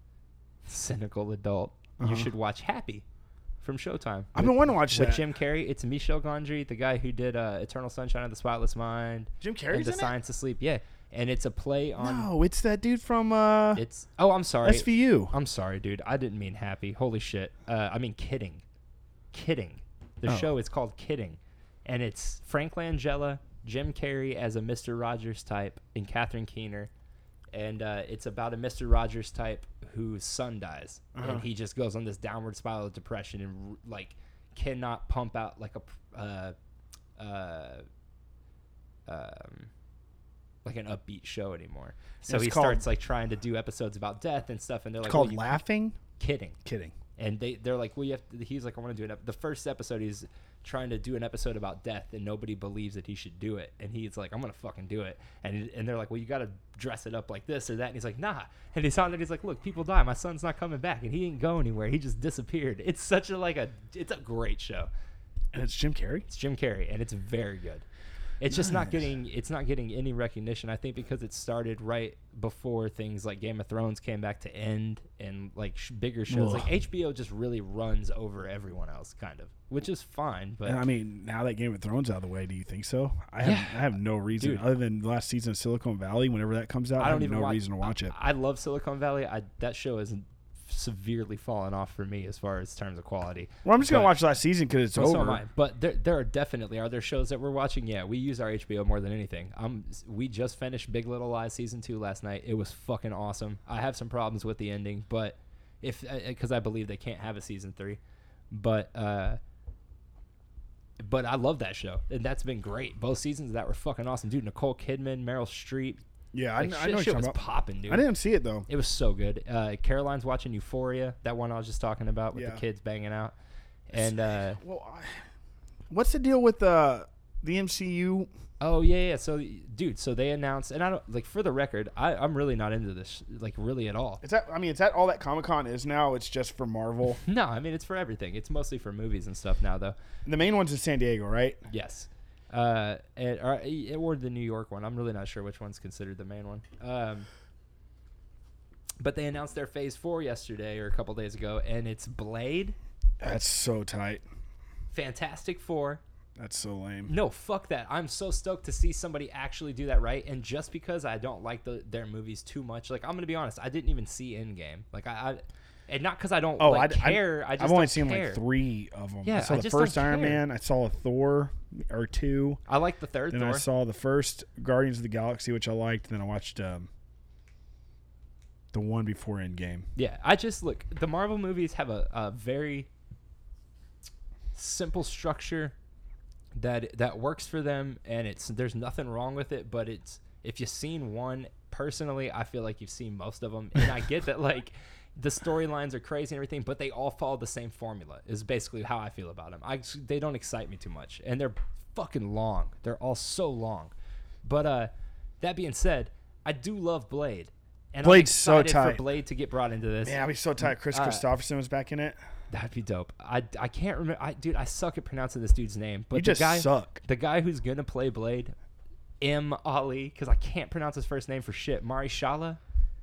Speaker 3: cynical adult,
Speaker 1: Uh-huh.
Speaker 3: you should watch Happy from Showtime.
Speaker 1: I've been wanting to watch
Speaker 3: with
Speaker 1: that.
Speaker 3: Jim Carrey, it's Michel Gondry, the guy who did uh, Eternal Sunshine of the Spotless Mind,
Speaker 1: Jim
Speaker 3: and
Speaker 1: Carrey's
Speaker 3: The
Speaker 1: in
Speaker 3: Science of Sleep. Yeah, and it's a play
Speaker 1: it.
Speaker 3: on.
Speaker 1: No, it's that dude from uh,
Speaker 3: It's oh, I'm sorry.
Speaker 1: SVU.
Speaker 3: I'm sorry, dude. I didn't mean happy. Holy shit. Uh, I mean kidding. Kidding. The
Speaker 1: Oh.
Speaker 3: show is called Kidding, and it's Frank Langella, Jim Carrey as a Mr. Rogers type, and Katherine Keener, and uh, it's about a Mr. Rogers type whose son dies, and he just goes on this downward spiral of depression and r- like cannot pump out like a pr- uh, uh, um, like an upbeat show anymore. So
Speaker 1: It's
Speaker 3: he
Speaker 1: called-
Speaker 3: starts like trying to do episodes about death and stuff, and they're like, well,
Speaker 1: Called
Speaker 3: you
Speaker 1: Laughing.
Speaker 3: kidding.
Speaker 1: Kidding.
Speaker 3: And they they're like, well, you have. To, he's like, I want to do an. Ep-. The first episode, he's trying to do an episode about death, and nobody believes that he should do it. And he's like, I'm gonna fucking do it. And he- and they're like, well, you gotta dress it up like this or that. And he's like, nah. And he's on it. He's like, look, people die. My son's not coming back, and he didn't go anywhere. He just disappeared. It's such a like a. It's a great show.
Speaker 1: And it's Jim Carrey.
Speaker 3: It's Jim Carrey, and it's very good. It's just not getting it's not getting any recognition. I think because it started right before things like Game of Thrones came back to end, and like sh- bigger shows
Speaker 1: Ugh.
Speaker 3: like HBO just really runs over everyone else, kind of, which is fine. But
Speaker 1: And I mean, now that Game of Thrones out of the way, do you think so? I have
Speaker 3: Yeah.
Speaker 1: I have no reason
Speaker 3: Dude.
Speaker 1: other than the last season of Silicon Valley. Whenever that comes out, I,
Speaker 3: I don't
Speaker 1: have
Speaker 3: even
Speaker 1: no
Speaker 3: watch-
Speaker 1: reason to watch it.
Speaker 3: I love Silicon Valley. I, that show has severely fallen off for me as far as terms of quality.
Speaker 1: Well, I'm just gonna
Speaker 3: but-
Speaker 1: watch last season because it's
Speaker 3: Well, so am
Speaker 1: over.
Speaker 3: I. But there, there are definitely are there shows that we're watching. Yeah, we use our HBO more than anything. Um, we just finished Big Little Lies season two last night. It was fucking awesome. I have some problems with the ending, but if because I believe they can't have a season three, but uh, but I love that show and that's been great. Both seasons of that were fucking awesome, dude. Nicole Kidman, Meryl Streep,
Speaker 1: yeah, I,
Speaker 3: like, shit,
Speaker 1: kn- I know what
Speaker 3: shit
Speaker 1: you're
Speaker 3: was
Speaker 1: talking about.
Speaker 3: popping, dude.
Speaker 1: I didn't see it though.
Speaker 3: It was so good. Uh, Caroline's watching Euphoria, that one I was just talking about with
Speaker 1: Yeah.
Speaker 3: the kids banging out, and. Uh,
Speaker 1: Well, I, what's the deal with uh, the MCU?
Speaker 3: Oh yeah, yeah. So, dude, so they announced, and I don't like for the record, I, I'm really not into this, like really at all.
Speaker 1: Is that I mean, is that all that Comic Con is now? It's just for Marvel.
Speaker 3: No, I mean it's for everything. It's mostly for movies and stuff now, though.
Speaker 1: the main one's in San Diego, right?
Speaker 3: Yes, uh, and, or, or the New York one. I'm really not sure which one's considered the main one. Um, but they announced their Phase Four yesterday or a couple days ago, and it's Blade,
Speaker 1: That's so tight.
Speaker 3: Fantastic Four,
Speaker 1: That's so lame.
Speaker 3: No, fuck that. I'm so stoked to see somebody actually do that right. And just because I don't like the, their movies too much, like I'm gonna be honest, I didn't even see Endgame. Like I, I and not because I don't
Speaker 1: Oh,
Speaker 3: like,
Speaker 1: I,
Speaker 3: care. I, just
Speaker 1: have only
Speaker 3: don't
Speaker 1: seen
Speaker 3: care.
Speaker 1: like three of them.
Speaker 3: Yeah,
Speaker 1: I saw
Speaker 3: I
Speaker 1: the
Speaker 3: just don't
Speaker 1: first Iron
Speaker 3: care.
Speaker 1: Man. I saw a Thor or two.
Speaker 3: I like the third
Speaker 1: Then
Speaker 3: Thor.
Speaker 1: I saw the first Guardians of the Galaxy, which I liked. Then I watched um, the one before Endgame.
Speaker 3: Yeah, I just look. The Marvel movies have a, a very simple structure that that works for them, and it's there's nothing wrong with it. But it's if you've seen one personally, I feel like you've seen most of them, and I get that like the storylines are crazy and everything, but they all follow the same formula. Is basically how I feel about them. I they don't excite me too much, and they're fucking long. They're all so long. But uh, that being said, I do love Blade. And I'm
Speaker 1: Blade's so
Speaker 3: excited
Speaker 1: tight.
Speaker 3: for Blade to get brought into this.
Speaker 1: Man, I'd be so tight. Chris
Speaker 3: Uh,
Speaker 1: Christopherson was back in it.
Speaker 3: That'd be dope. I, I can't remember. I dude, I suck at pronouncing this dude's name. But
Speaker 1: You
Speaker 3: the
Speaker 1: just
Speaker 3: guy,
Speaker 1: suck.
Speaker 3: the guy who's gonna play Blade, M. Ali, because I can't pronounce his first name for shit. Mari Shala,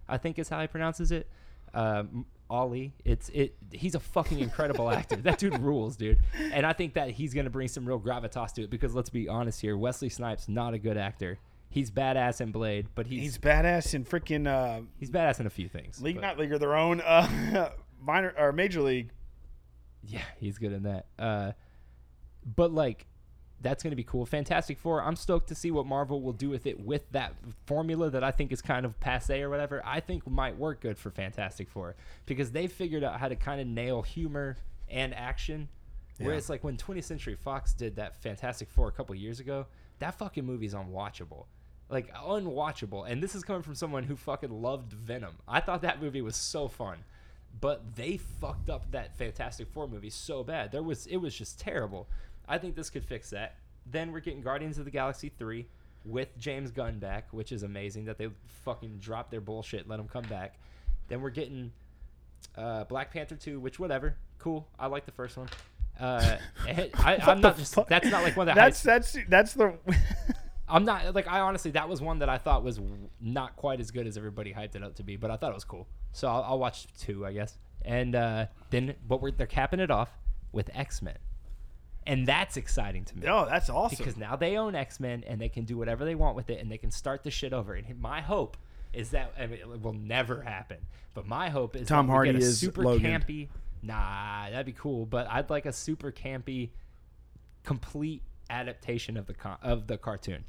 Speaker 3: I think is how he pronounces it. Um, Ali, it's it. He's a fucking incredible actor. That dude rules, dude. And I think that he's gonna bring some real gravitas to it because let's be honest here, Wesley Snipes not a good actor. He's badass in Blade, but he's
Speaker 1: He's
Speaker 3: he's,
Speaker 1: badass in freaking uh,
Speaker 3: badass in a few things.
Speaker 1: league,
Speaker 3: but-
Speaker 1: not league, or their own uh, minor or major league.
Speaker 3: Yeah, he's good in that. Uh, but like, that's gonna be cool. Fantastic Four. I'm stoked to see what Marvel will do with it with that formula that I think is kind of passe or whatever. I think might work good for Fantastic Four because they figured out how to kind of nail humor and action. Where
Speaker 1: Yeah.
Speaker 3: it's like when 20th Century Fox did that Fantastic Four a couple years ago, that fucking movie's unwatchable. Like unwatchable. And this is coming from someone who fucking loved Venom. I thought that movie was so fun. But they fucked up that Fantastic Four movie so bad. There was it was just terrible. I think this could fix that. Then we're getting Guardians of the Galaxy 3 with James Gunn back, which is amazing that they fucking dropped their bullshit, let him come back. Then we're getting uh, Black Panther 2, which whatever, cool. I like the first one. Uh, I, I'm
Speaker 1: the
Speaker 3: not just
Speaker 1: fuck?
Speaker 3: that's not like one that
Speaker 1: that's
Speaker 3: hypes-
Speaker 1: that's that's the.
Speaker 3: I'm not like I honestly that was one that I thought was w- not quite as good as everybody hyped it up to be, but I thought it was cool. So I'll, I'll watch two, I guess, and uh, then but we're they're capping it off with X Men, and that's exciting to me
Speaker 1: no, Oh, that's awesome.
Speaker 3: because now they own X Men and they can do whatever they want with it and they can start the shit over. And my hope is that I mean, it will never happen, but my hope is
Speaker 1: Tom
Speaker 3: that we get
Speaker 1: Hardy
Speaker 3: a
Speaker 1: is
Speaker 3: super
Speaker 1: Logan.
Speaker 3: campy. Nah, that'd be cool, but I'd like a super campy, complete adaptation of the con- of the cartoon.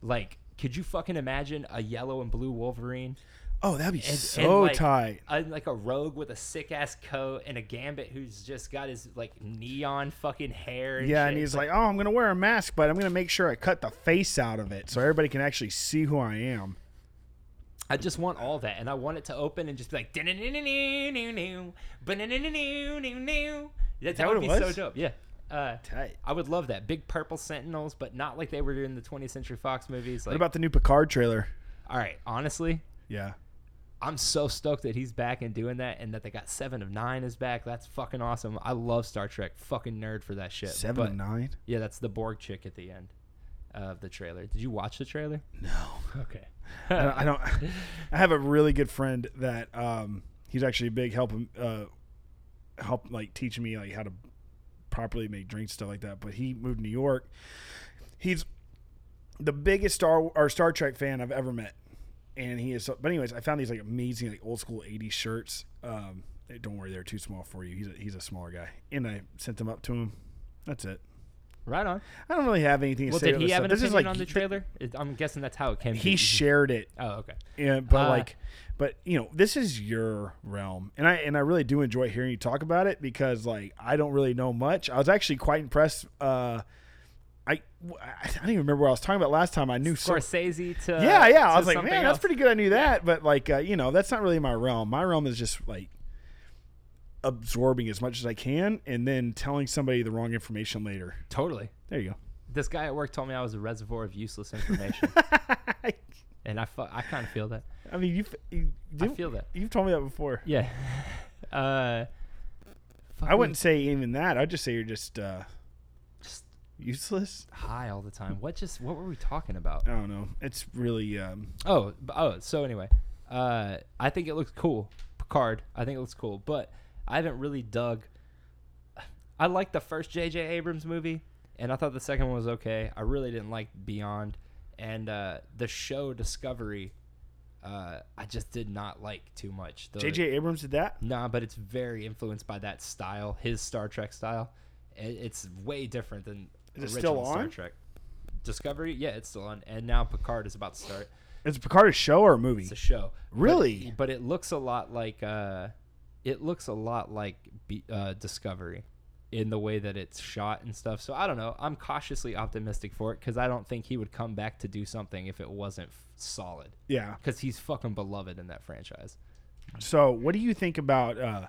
Speaker 3: Like, could you fucking imagine a yellow and blue Wolverine?
Speaker 1: oh, that'd be
Speaker 3: and-
Speaker 1: so
Speaker 3: and, like,
Speaker 1: tight.
Speaker 3: a- like a rogue with a sick ass coat and a gambit who's just got his like neon fucking hair. And
Speaker 1: Yeah,
Speaker 3: shit.
Speaker 1: and
Speaker 3: It's
Speaker 1: he's like, "Oh, I'm gonna wear a mask, but I'm gonna make sure I cut the face out of it so everybody can actually see who I am."
Speaker 3: I just want all that, and I want it to open and just be like, "Da-na-na-na-na-na-na, ba-na-na-na-na-na-na." that, that
Speaker 1: what
Speaker 3: would
Speaker 1: it
Speaker 3: be so
Speaker 1: was?
Speaker 3: dope. Yeah, uh,
Speaker 1: Tight.
Speaker 3: I would love that. Big purple sentinels, but not like they were in the 20th Century Fox movies.
Speaker 1: What
Speaker 3: Like,
Speaker 1: about the new Picard trailer?
Speaker 3: all right, honestly,
Speaker 1: Yeah,
Speaker 3: I'm so stoked that he's back and doing that, and that they got Seven of Nine is back. That's fucking awesome. I love Star Trek. Fucking nerd for that shit.
Speaker 1: seven
Speaker 3: But-
Speaker 1: and nine.
Speaker 3: Yeah, that's the Borg chick at the end of the trailer. Did you watch the trailer?
Speaker 1: No,
Speaker 3: Okay.
Speaker 1: I don't, I don't. I have a really good friend that um, he's actually big helping uh, help like teaching me like how to properly make drinks stuff like that. But he moved to New York. He's the biggest Star or Star Trek fan I've ever met, and he is. So, but anyways, I found these like amazing like old school '80s shirts. Um, eh, don't worry, they're too small for you. He's a, he's a smaller guy, and I sent them up to him. That's it.
Speaker 3: right on.
Speaker 1: I don't really have anything to
Speaker 3: Well,
Speaker 1: say.
Speaker 3: did
Speaker 1: about
Speaker 3: he
Speaker 1: this
Speaker 3: have
Speaker 1: stuff.
Speaker 3: an
Speaker 1: this
Speaker 3: opinion
Speaker 1: is like
Speaker 3: on the trailer? It- I'm guessing that's how it came.
Speaker 1: he shared it
Speaker 3: Oh, okay.
Speaker 1: yeah, but
Speaker 3: Uh,
Speaker 1: like, but you know, this is your realm, and I and I really do enjoy hearing you talk about it because like I don't really know much. I was actually quite impressed. Uh, I w- I don't even remember what I was talking about last time. I knew so-
Speaker 3: Scorsese to
Speaker 1: yeah, yeah.
Speaker 3: uh, to
Speaker 1: I was like,
Speaker 3: something
Speaker 1: man,
Speaker 3: else.
Speaker 1: that's pretty good. I knew that, but like, uh, you know, that's not really my realm. My realm is just like absorbing as much as I can and then telling somebody the wrong information later.
Speaker 3: totally.
Speaker 1: There you
Speaker 3: This guy at work told me I was a reservoir of useless information,
Speaker 1: go.
Speaker 3: and I fu- I kind of feel that.
Speaker 1: I mean, you've, you
Speaker 3: I
Speaker 1: didn't-
Speaker 3: feel that.
Speaker 1: you've told me that before.
Speaker 3: Yeah.
Speaker 1: I
Speaker 3: Uh, fucking
Speaker 1: wouldn't say even that. I'd just say you're just uh,
Speaker 3: just
Speaker 1: useless.
Speaker 3: high all the time. What just what were we talking about?
Speaker 1: I don't know. It's really um,
Speaker 3: Oh, b- oh. So anyway, uh, I think it looks cool, Picard. I think it looks cool, but I haven't really dug. I liked the first J.J. Abrams movie, and I thought the second one was okay. I really didn't like Beyond, and uh, the show Discovery. Uh, I just did not like too much. The-
Speaker 1: J.J. Abrams did that.
Speaker 3: Nah, but it's very influenced by that style, his Star Trek style. I- It's way different than
Speaker 1: Is it still
Speaker 3: original Star
Speaker 1: on?
Speaker 3: Trek. Discovery, yeah, it's still on, and now Picard is about to start.
Speaker 1: It's Picard a show or a movie?
Speaker 3: It's a show. But-
Speaker 1: Really?
Speaker 3: But, it looks a lot like uh, it looks a lot like B, uh, Discovery in the way that it's shot and stuff. So I don't know. I'm cautiously optimistic for it because I don't think he would come back to do something if it wasn't f- solid.
Speaker 1: yeah.
Speaker 3: Because he's fucking beloved in that franchise.
Speaker 1: So, what do you think about uh,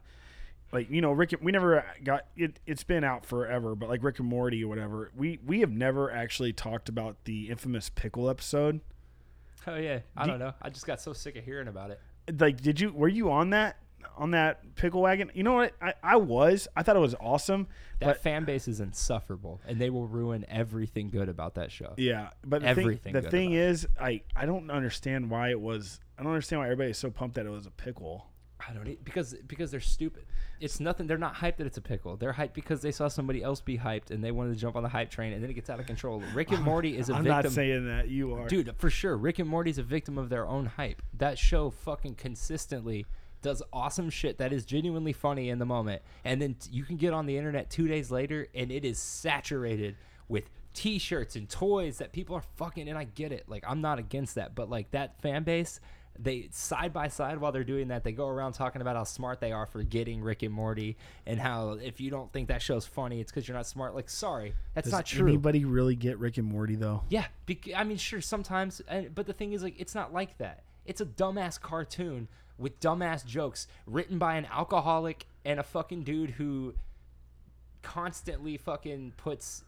Speaker 1: like you know Rick? We never got it. It's been out forever, but like Rick and Morty or whatever. We we have never actually talked about the infamous pickle episode.
Speaker 3: Oh yeah, I
Speaker 1: Do-
Speaker 3: don't know. I just got so sick of hearing about it.
Speaker 1: Like, did you were you on that? on that pickle wagon. You know what? I, I was. I thought it was awesome.
Speaker 3: That
Speaker 1: but
Speaker 3: fan base is insufferable, and they will ruin everything good about that show.
Speaker 1: yeah, but the
Speaker 3: Everything
Speaker 1: thing, the
Speaker 3: good
Speaker 1: thing
Speaker 3: about
Speaker 1: is, I I don't understand why it was. I don't understand why everybody's so pumped that it was a pickle.
Speaker 3: I don't e- because because they're stupid. It's nothing. They're not hyped that it's a pickle. They're hyped because they saw somebody else be hyped and they wanted to jump on the hype train, and then it gets out of control. Rick and Morty is a
Speaker 1: I'm
Speaker 3: victim.
Speaker 1: not saying that you are.
Speaker 3: Dude, for sure, Rick and Morty's a victim of their own hype. That show fucking consistently does awesome shit that is genuinely funny in the moment, and then t- you can get on the internet two days later, and it is saturated with T-shirts and toys that people are fucking. And I get it. Like I'm not against that, but like that fan base. They side by side while they're doing that, they go around talking about how smart they are for getting Rick and Morty, and how if you don't think that show's funny, it's because you're not smart. Like, sorry, that's
Speaker 1: Does
Speaker 3: not true.
Speaker 1: anybody really get Rick and Morty though?
Speaker 3: Yeah, bec- I mean, sure, sometimes, and, but the thing is, like, it's not like that. It's a dumbass cartoon with dumbass jokes written by an alcoholic and a fucking dude who constantly fucking puts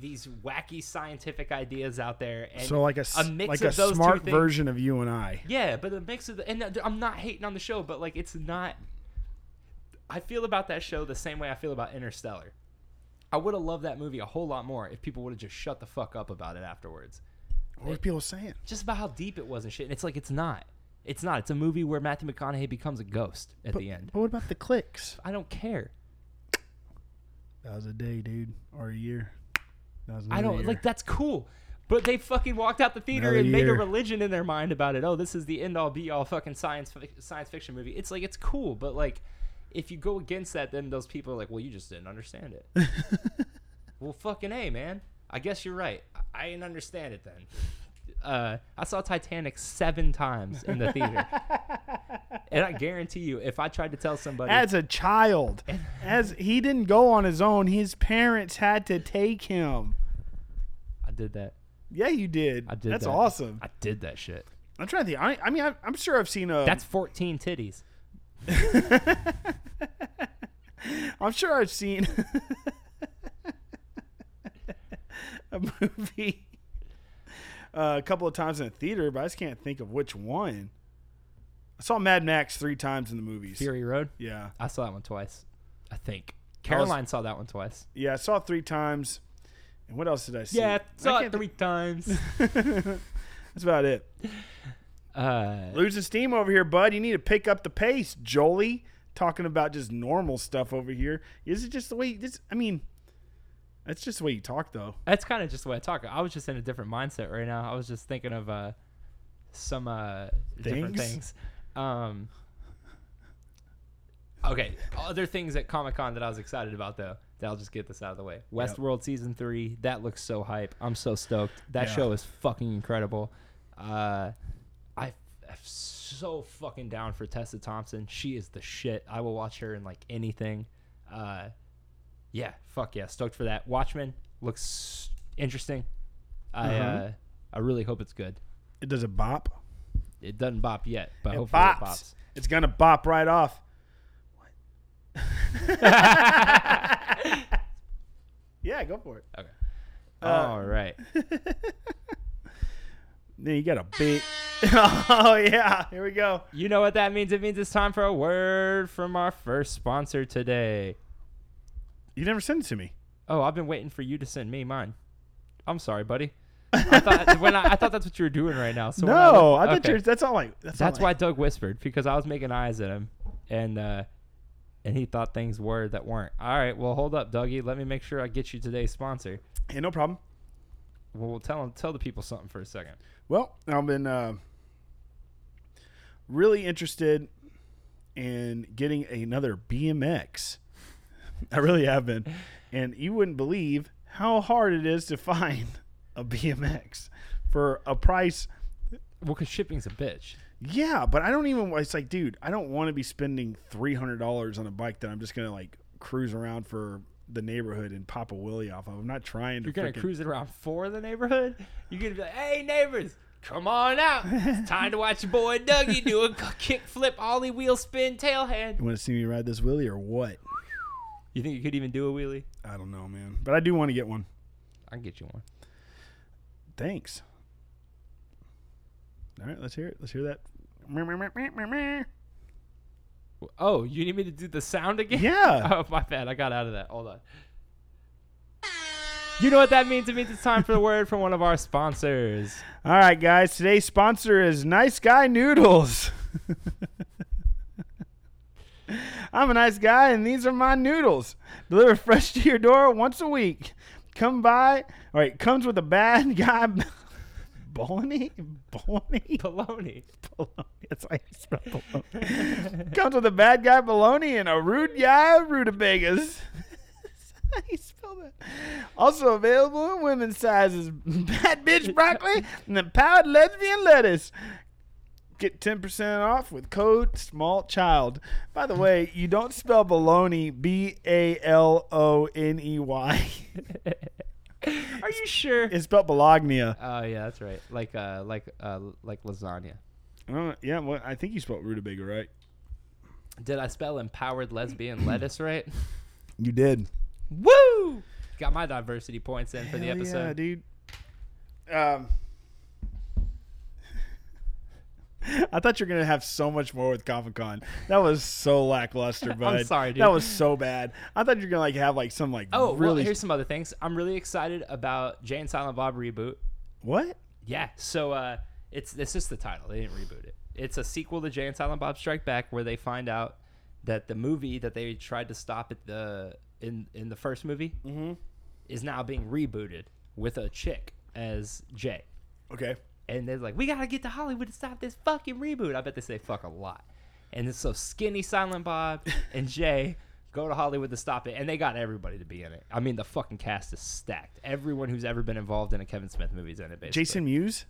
Speaker 3: these wacky scientific ideas out there. And
Speaker 1: So like a, s-
Speaker 3: mix
Speaker 1: like
Speaker 3: of
Speaker 1: a
Speaker 3: those two
Speaker 1: smart
Speaker 3: things-
Speaker 1: version of you and I.
Speaker 3: yeah, but the mix of the and th- I'm not hating on the show, but like it's not. I feel about that show the same way I feel about Interstellar. I would have loved that movie a whole lot more if people would have just shut the fuck up about it afterwards.
Speaker 1: What were people saying?
Speaker 3: Just about how deep it was and shit. And it's like it's not. It's not. It's a movie where Matthew McConaughey becomes a ghost at the end.
Speaker 1: But what about the clicks?
Speaker 3: I don't care.
Speaker 1: That was a day, dude, or a year. That was
Speaker 3: I
Speaker 1: another
Speaker 3: don't
Speaker 1: year.
Speaker 3: like that's cool. But they fucking walked out the theater
Speaker 1: Another
Speaker 3: and made a
Speaker 1: year.
Speaker 3: religion in their mind about it. Oh, this is the end all be all fucking science fi- science fiction movie. It's like it's cool, but like if you go against that, then those people are like, well, you just didn't understand it. well, fucking a man. I guess you're right. I, I didn't understand it then. Uh, I saw Titanic seven times in the theater, and I guarantee you, if I tried to tell somebody,
Speaker 1: as a child. As he didn't go on his own, his parents had to take him.
Speaker 3: I did that.
Speaker 1: Yeah, you did.
Speaker 3: I did.
Speaker 1: That's
Speaker 3: that.
Speaker 1: awesome.
Speaker 3: I did that shit.
Speaker 1: I'm trying to think. I, I mean, I, I'm sure I've seen a.
Speaker 3: That's fourteen titties.
Speaker 1: I'm sure I've seen a movie uh, a couple of times in a theater, but I just can't think of which one. I saw Mad Max three times in the movies.
Speaker 3: Fury Road.
Speaker 1: Yeah,
Speaker 3: I saw that one twice, I think. Caroline saw that one twice.
Speaker 1: yeah, I saw it three times. And what else did I see? I can't think-
Speaker 3: times.
Speaker 1: That's about it.
Speaker 3: uh,
Speaker 1: Losing steam over here, bud. You need to pick up the pace, Jolie. Talking about just normal stuff over here. Is it just the way this I mean that's just the way you talk though.
Speaker 3: that's kind of just the way I talk. I was just in a different mindset right now. I was just thinking of uh, some uh, different
Speaker 1: Things?
Speaker 3: things. Um, okay, other things at Comic Con that I was excited about though. That I'll just get this out of the way. Westworld season three. That looks so hype. I'm so stoked. That
Speaker 1: Yeah.
Speaker 3: show is fucking incredible. Uh, I am so fucking down for Tessa Thompson. She is the shit. I will watch her in like anything. Uh, yeah, fuck yeah, stoked for that. Watchmen looks interesting. I uh,
Speaker 1: Mhm.
Speaker 3: I really hope it's good.
Speaker 1: It does a bop.
Speaker 3: It doesn't bop yet, but
Speaker 1: It
Speaker 3: hopefully
Speaker 1: bops.
Speaker 3: it bops.
Speaker 1: It's gonna bop right off. Yeah, go for it.
Speaker 3: Okay.
Speaker 1: Uh,
Speaker 3: All right.
Speaker 1: Then you got a beat. oh yeah, here we go.
Speaker 3: You know what that means? It means it's time for a word from our first sponsor today.
Speaker 1: You never sent it to me.
Speaker 3: Oh, I've been waiting for you to send me mine. I'm sorry, buddy. I thought when I, I thought that's what you were doing right now. So when I
Speaker 1: no, I,
Speaker 3: looked-
Speaker 1: bet
Speaker 3: okay.
Speaker 1: you're that's all like that's,
Speaker 3: That's why Doug whispered because I was making eyes at him, and uh, and he thought things were that weren't. All right, well hold up, Dougie. Let me make sure I get you today's sponsor.
Speaker 1: Hey, no problem.
Speaker 3: Well, we'll tell 'em- tell the people something for a second.
Speaker 1: Well, I've been uh, really interested in getting another BMX. I really have been. And you wouldn't believe how hard it is to find a BMX for a price.
Speaker 3: Well, because shipping's a bitch.
Speaker 1: Yeah, but I don't even. It's like, dude, I don't want to be spending $300 on a bike that I'm just going to like cruise around for the neighborhood and pop a wheelie off of. I'm not trying to
Speaker 3: You're gonna
Speaker 1: freaking-
Speaker 3: cruise it around for the neighborhood. You're gonna be like, "Hey neighbors, come on out! It's time to watch your boy Dougie do a kick flip, ollie, wheel spin, tail hand."
Speaker 1: You want to see me ride this wheelie or what?
Speaker 3: You think you could even do a wheelie?
Speaker 1: I don't know, man. But I do want to get one.
Speaker 3: I can get you one.
Speaker 1: Thanks. All right, let's hear it. Let's hear that.
Speaker 3: Oh, you need me to do the sound again?
Speaker 1: Yeah.
Speaker 3: oh, my bad. I got out of that. Hold on. You know what that means? It means it's time for the word from one of our sponsors.
Speaker 1: All right, guys. Today's sponsor is Nice Guy Noodles. I'm a nice guy, and these are my noodles. Delivered fresh to your door once a week. Come by. All right, comes with a bad guy. Bologna? Bologna?
Speaker 3: Baloney.
Speaker 1: Bologna. That's how you spell bologna. comes with a bad guy bologna and a rude guy rutabagas. That's how you spell that. Also available in women's sizes: bad bitch broccoli and the powered lesbian lettuce. Get 10% off with code small child. By the way, you don't spell bologna B A L O N E Y.
Speaker 3: Are you sure?
Speaker 1: It's spelled bologna.
Speaker 3: Oh yeah, that's right. Like uh, like uh, like lasagna.
Speaker 1: I don't- Oh, yeah, well, I think you spelled rutabaga right.
Speaker 3: Did I spell empowered lesbian lettuce right?
Speaker 1: You did.
Speaker 3: Woo! Got my diversity points in for the
Speaker 1: Hell yeah,
Speaker 3: episode.
Speaker 1: dude. Um, I thought you were gonna have so much more with Comic Con. That was so lackluster, bud.
Speaker 3: sorry, dude.
Speaker 1: That was so bad. I thought you were gonna like have like some like
Speaker 3: oh,
Speaker 1: really
Speaker 3: well, here's some other things. I'm really excited about Jay and Silent Bob reboot.
Speaker 1: what?
Speaker 3: Yeah. So uh, it's it's just the title. They didn't reboot it. It's a sequel to Jay and Silent Bob Strike Back, where they find out that the movie that they tried to stop at the in in the first movie is now being rebooted with a chick as Jay,
Speaker 1: Okay.
Speaker 3: and they're like, "We gotta get to Hollywood to stop this fucking reboot." I bet they say fuck a lot, and it's so skinny Silent Bob and Jay. Go to Hollywood to stop it, and they got everybody to be in it. I mean, the fucking cast is stacked. Everyone who's ever been involved in a Kevin Smith movie is in it. Basically.
Speaker 1: Jason Mewes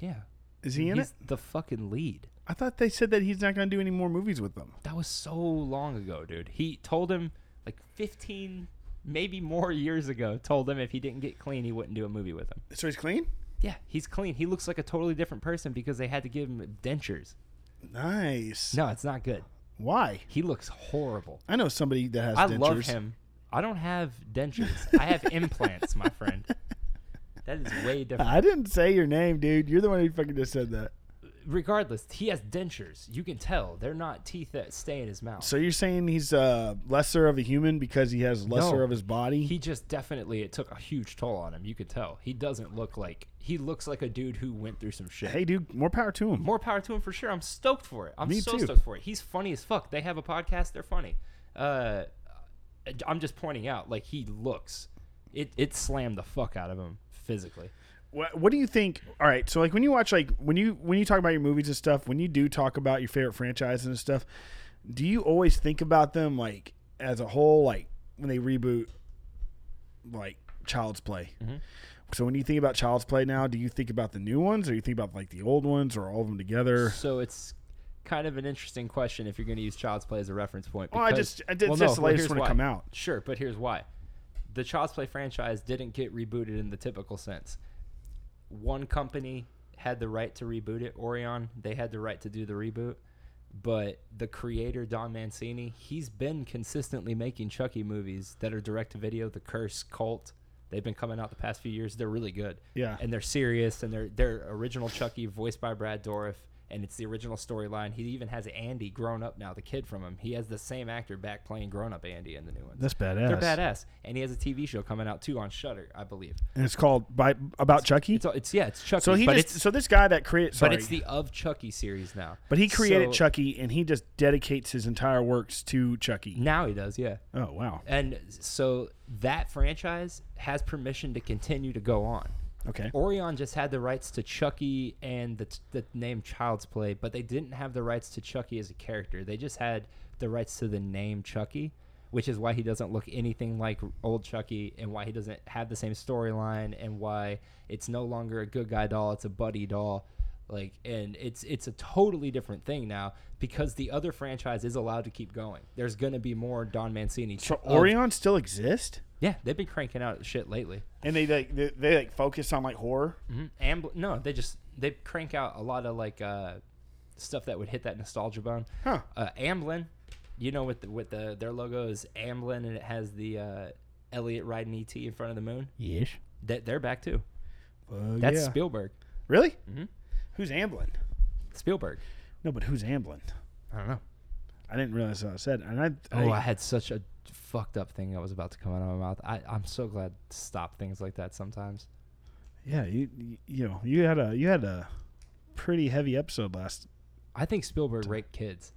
Speaker 3: yeah,
Speaker 1: is he in
Speaker 3: He's
Speaker 1: it?
Speaker 3: the fucking lead.
Speaker 1: I thought they said that he's not gonna do any more movies with them.
Speaker 3: That was so long ago, dude. He told him like 15, maybe more years ago, told him if he didn't get clean, he wouldn't do a movie with him.
Speaker 1: So he's clean.
Speaker 3: Yeah, he's clean. He looks like a totally different person because they had to give him dentures.
Speaker 1: Nice.
Speaker 3: No, it's not good.
Speaker 1: Why?
Speaker 3: He looks horrible.
Speaker 1: I know somebody that has.
Speaker 3: I
Speaker 1: dentures.
Speaker 3: love him. I don't have dentures. I have implants, my friend. That is way different.
Speaker 1: I didn't say your name, dude. You're the one who fucking just said that.
Speaker 3: Regardless, he has dentures. You can tell they're not teeth that stay in his mouth.
Speaker 1: So you're saying he's uh, lesser of a human because he has lesser of his body?
Speaker 3: he just definitely it took a huge toll on him. You could tell he doesn't look like he looks like a dude who went through some shit.
Speaker 1: hey, dude, more power to him.
Speaker 3: More power to him for sure. I'm stoked for it. I'm
Speaker 1: Me
Speaker 3: so
Speaker 1: too.
Speaker 3: stoked for it. He's funny as fuck. They have a podcast. They're funny. Uh, I'm just pointing out like he looks. It it slammed the fuck out of him physically.
Speaker 1: What, what do you think? All right, so like when you watch like when you when you talk about your movies and stuff, when you do talk about your favorite franchises and stuff, do you always think about them like as a whole, like when they reboot, like Child's Play?
Speaker 3: Mm-hmm.
Speaker 1: So when you think about Child's Play now, do you think about the new ones, or you think about like the old ones, or all of them together?
Speaker 3: So it's kind of an interesting question if you're going to use Child's Play as a reference point.
Speaker 1: Well, I
Speaker 3: because-
Speaker 1: just- I did- just the latest
Speaker 3: here's
Speaker 1: one to
Speaker 3: why.
Speaker 1: come out.
Speaker 3: Sure, but here's why: the Child's Play franchise didn't get rebooted in the typical sense. One company had the right to reboot it. Orion, they had the right to do the reboot. But the creator Don Mancini, he's been consistently making Chucky movies that are direct to video. The Curse, Cult, they've been coming out the past few years. They're really good
Speaker 1: Yeah.
Speaker 3: and they're serious and they're they're original Chucky voiced by Brad Dourif and it's the original storyline. He even has Andy grown up now, the kid from him. He has the same actor back playing grown up Andy in the new one.
Speaker 1: That's badass.
Speaker 3: They're badass, and he has a TV show coming out too on Shutter, I believe.
Speaker 1: And it's called by about Chucky.
Speaker 3: It's all- it's yeah, it's Chucky,
Speaker 1: so he
Speaker 3: but
Speaker 1: just
Speaker 3: it's
Speaker 1: so this guy that created sorry,
Speaker 3: but it's the of Chucky series now.
Speaker 1: But he created
Speaker 3: So-
Speaker 1: Chucky, and he just dedicates his entire works to Chucky.
Speaker 3: Now he does, yeah.
Speaker 1: Oh wow.
Speaker 3: And so that franchise has permission to continue to go on.
Speaker 1: Okay.
Speaker 3: Orion just had the rights to Chucky and the, the name Child's Play, but they didn't have the rights to Chucky as a character. They just had the rights to the name Chucky, which is why he doesn't look anything like old Chucky and why he doesn't have the same storyline and why it's no longer a good guy doll, it's a buddy doll. Like and it's it's a totally different thing now because the other franchise is allowed to keep going. There's gonna be more Don Mancini.
Speaker 1: So
Speaker 3: Oh,
Speaker 1: Orion still exist,
Speaker 3: yeah, they've been cranking out shit lately.
Speaker 1: and they like they, they like focus on like horror.
Speaker 3: Mm-hmm. And no, they just they crank out a lot of like uh, stuff that would hit that nostalgia bone.
Speaker 1: Huh.
Speaker 3: Uh, Amblin, you know, with the, with the their logo is Amblin and it has the uh, Elliot riding ET in front of the moon.
Speaker 1: Yes.
Speaker 3: That they're back too. That's Mm-hmm. Spielberg.
Speaker 1: Uh, really. Who's Amblin?
Speaker 3: Spielberg.
Speaker 1: No, but who's Amblin?
Speaker 3: I don't know.
Speaker 1: I didn't realize what I said. And I, I,
Speaker 3: Oh, I had such a fucked up thing that was about to come out of my mouth. I, I'm so glad to stop things like that sometimes.
Speaker 1: yeah, you, you- you know, you had a you had a pretty heavy episode last.
Speaker 3: I think Spielberg raped kids,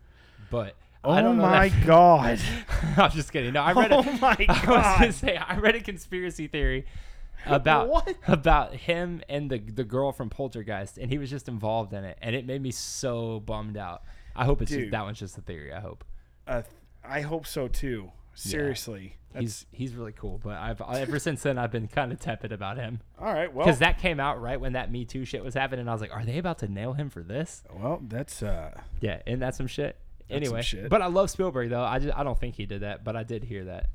Speaker 3: but I
Speaker 1: Oh
Speaker 3: don't know
Speaker 1: my
Speaker 3: that-
Speaker 1: god!
Speaker 3: I'm just kidding. No, I read.
Speaker 1: Oh
Speaker 3: a,
Speaker 1: my
Speaker 3: I was gonna
Speaker 1: God.
Speaker 3: say I read a conspiracy theory about
Speaker 1: What?
Speaker 3: about him and the the girl from Poltergeist, and he was just involved in it, and it made me so bummed out. I hope it's just,
Speaker 1: Dude.
Speaker 3: that one's just a theory. I hope
Speaker 1: Uh, I hope so too. Seriously, that's
Speaker 3: he's he's really cool, but I've I- ever since then I've been kind of tepid about him
Speaker 1: all right. Well,
Speaker 3: because that came out right when that Me Too shit was happening. And I was like, are they about to nail him for this?
Speaker 1: well, that's uh,
Speaker 3: Yeah, and that's some shit.
Speaker 1: some
Speaker 3: Anyway,
Speaker 1: shit.
Speaker 3: but I love Spielberg though. I just, I don't think he did that, but I did hear that.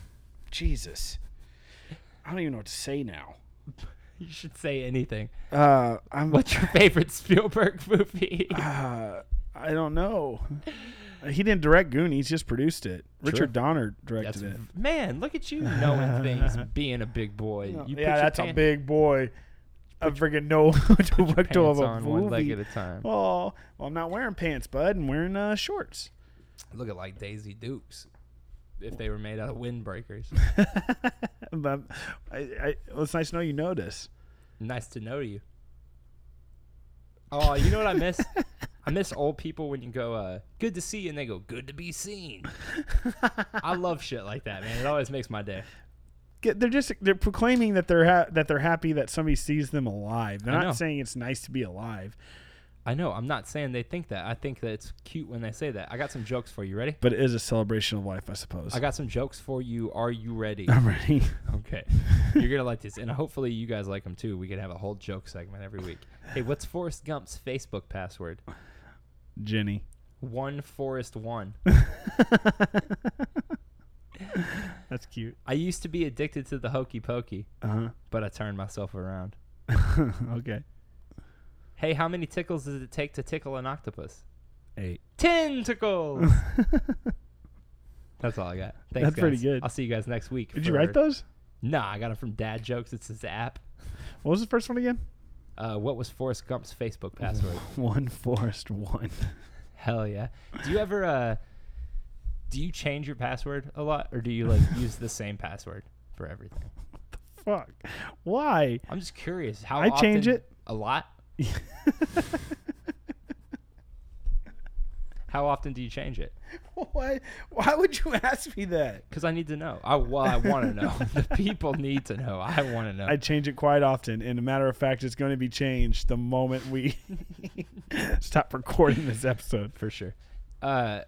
Speaker 1: Jesus. I don't even know what to say now.
Speaker 3: You should say anything.
Speaker 1: Uh, I'm.
Speaker 3: What's your favorite Spielberg movie?
Speaker 1: Uh, I don't know. Uh, He didn't direct Goonies; just produced it. Richard Donner
Speaker 3: That's,
Speaker 1: directed it.
Speaker 3: man, look at you knowing things, being a big boy. You put
Speaker 1: yeah,
Speaker 3: your
Speaker 1: that's a
Speaker 3: pan-
Speaker 1: big boy. I freaking know what to
Speaker 3: pants
Speaker 1: of a
Speaker 3: on one leg at
Speaker 1: movie.
Speaker 3: a time.
Speaker 1: Oh, well, I'm not wearing pants, bud. I'm wearing uh, shorts.
Speaker 3: Look at like Daisy Dukes, if they were made out of windbreakers.
Speaker 1: but I, I, well, it's nice to know you notice.
Speaker 3: nice to know you. Oh, you know what I miss? I miss old people when you go, uh, "Good to see you," and they go, "Good to be seen." I love shit like that, man. It always makes my day.
Speaker 1: Get- They're just they're proclaiming that they're ha- that they're happy that somebody sees them alive. They're
Speaker 3: I know.
Speaker 1: not saying it's nice to be alive,
Speaker 3: I know. I'm not saying they think that. I think that it's cute when they say that. I got some jokes for you. Ready?
Speaker 1: but it is a celebration of life, I suppose.
Speaker 3: I got some jokes for you. Are you ready?
Speaker 1: I'm ready.
Speaker 3: Okay. You're going to like this. And hopefully you guys like them too. We could have a whole joke segment every week. Hey, what's Forrest Gump's Facebook password?
Speaker 1: Jenny.
Speaker 3: One Forrest One.
Speaker 1: That's cute.
Speaker 3: I used to be addicted to the hokey pokey,
Speaker 1: Uh
Speaker 3: but I turned myself around.
Speaker 1: huh. okay.
Speaker 3: Hey, how many tickles does it take to tickle an octopus?
Speaker 1: Eight.
Speaker 3: Ten tickles. That's all I got. Thanks,
Speaker 1: That's pretty
Speaker 3: guys.
Speaker 1: good.
Speaker 3: I'll see you guys next week.
Speaker 1: Did you write
Speaker 3: for-
Speaker 1: those?
Speaker 3: Nah, I got it from Dad Jokes. It's his app.
Speaker 1: What was the first one again?
Speaker 3: Uh, what was Forrest Gump's Facebook password?
Speaker 1: One forest one.
Speaker 3: Hell yeah. Do you ever uh do you change your password a lot or do you like use the same password for everything?
Speaker 1: Fuck. Why?
Speaker 3: I'm just curious how
Speaker 1: I change
Speaker 3: often-
Speaker 1: it.
Speaker 3: a lot. how often do you change it?
Speaker 1: Why? Why would you ask me that?
Speaker 3: Cuz I need to know. I well, I want to know. the people need to know. I want to know.
Speaker 1: I change it quite often, and a matter of fact, it's going to be changed the moment we stop recording this episode.
Speaker 3: for sure. Uh,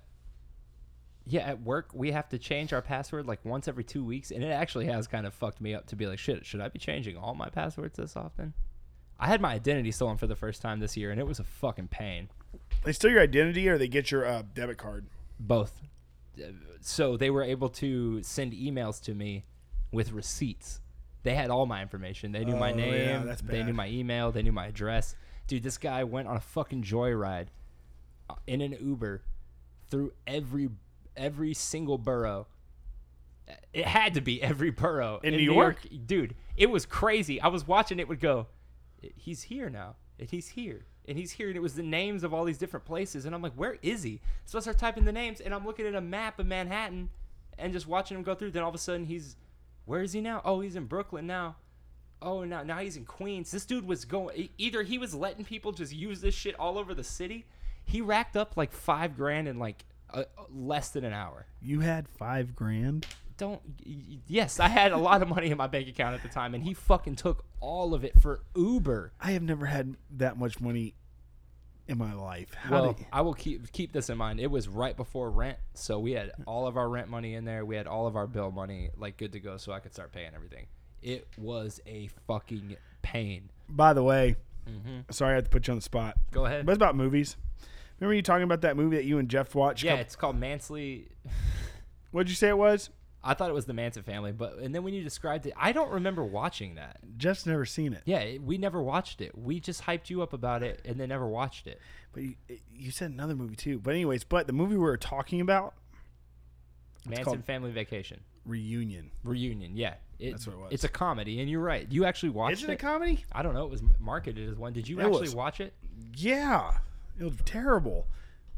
Speaker 3: yeah, at work we have to change our password like once every two weeks, and it actually has kind of fucked me up to be like, shit, should I be changing all my passwords this often? I had my identity stolen for the first time this year, and it was a fucking pain.
Speaker 1: They steal your identity, or they get your uh, debit card.
Speaker 3: Both. So they were able to send emails to me with receipts. They had all my information. They knew my
Speaker 1: Oh, yeah,
Speaker 3: name.
Speaker 1: that's
Speaker 3: They knew
Speaker 1: bad.
Speaker 3: my email. They knew my address. Dude, this guy went on a fucking joyride uh, in an Uber through every every single borough. It had to be every borough
Speaker 1: In New York?
Speaker 3: dude. It was crazy. I was watching. It would go. He's here now, and he's here, and he's here, and it was the names of all these different places, and I'm like, where is he? So I start typing the names, and I'm looking at a map of Manhattan, and just watching him go through. Then all of a sudden, he's, where is he now? Oh, he's in Brooklyn now. Oh, now now he's in Queens. This dude was going. e- Either he was letting people just use this shit all over the city. He racked up like five grand in like uh, less than an hour.
Speaker 1: You had five grand.
Speaker 3: Don't. y- y- Yes, I had a lot of money in my bank account at the time, and he fucking took all of it for Uber.
Speaker 1: I have never had that much money in my life. How
Speaker 3: well,
Speaker 1: did,
Speaker 3: I will keep keep this in mind. It was right before rent, so we had all of our rent money in there. We had all of our bill money, like good to go, so I could start paying everything. It was a fucking pain.
Speaker 1: by the way,
Speaker 3: mm-hmm.
Speaker 1: sorry I had to put you on the spot.
Speaker 3: Go ahead.
Speaker 1: But it's about movies. Remember you talking about that movie that you and Jeff watched?
Speaker 3: yeah, it's called Mansley.
Speaker 1: What'd you say it was?
Speaker 3: I thought it was the Manson family, but and then when you described it, I don't remember watching that.
Speaker 1: Jeff's never seen it.
Speaker 3: Yeah, it, we never watched it. We just hyped you up about it, and then never watched it.
Speaker 1: But you, you said another movie too. But anyways, but the movie we were talking about,
Speaker 3: Manson
Speaker 1: called-
Speaker 3: family vacation.
Speaker 1: Reunion.
Speaker 3: Reunion, yeah. It,
Speaker 1: That's what it was.
Speaker 3: It's a comedy, and you're right. You actually watched
Speaker 1: Is it
Speaker 3: it.
Speaker 1: a comedy?
Speaker 3: I don't know. It was marketed as one. Did you
Speaker 1: It
Speaker 3: actually
Speaker 1: was.
Speaker 3: watch it?
Speaker 1: Yeah. It was terrible.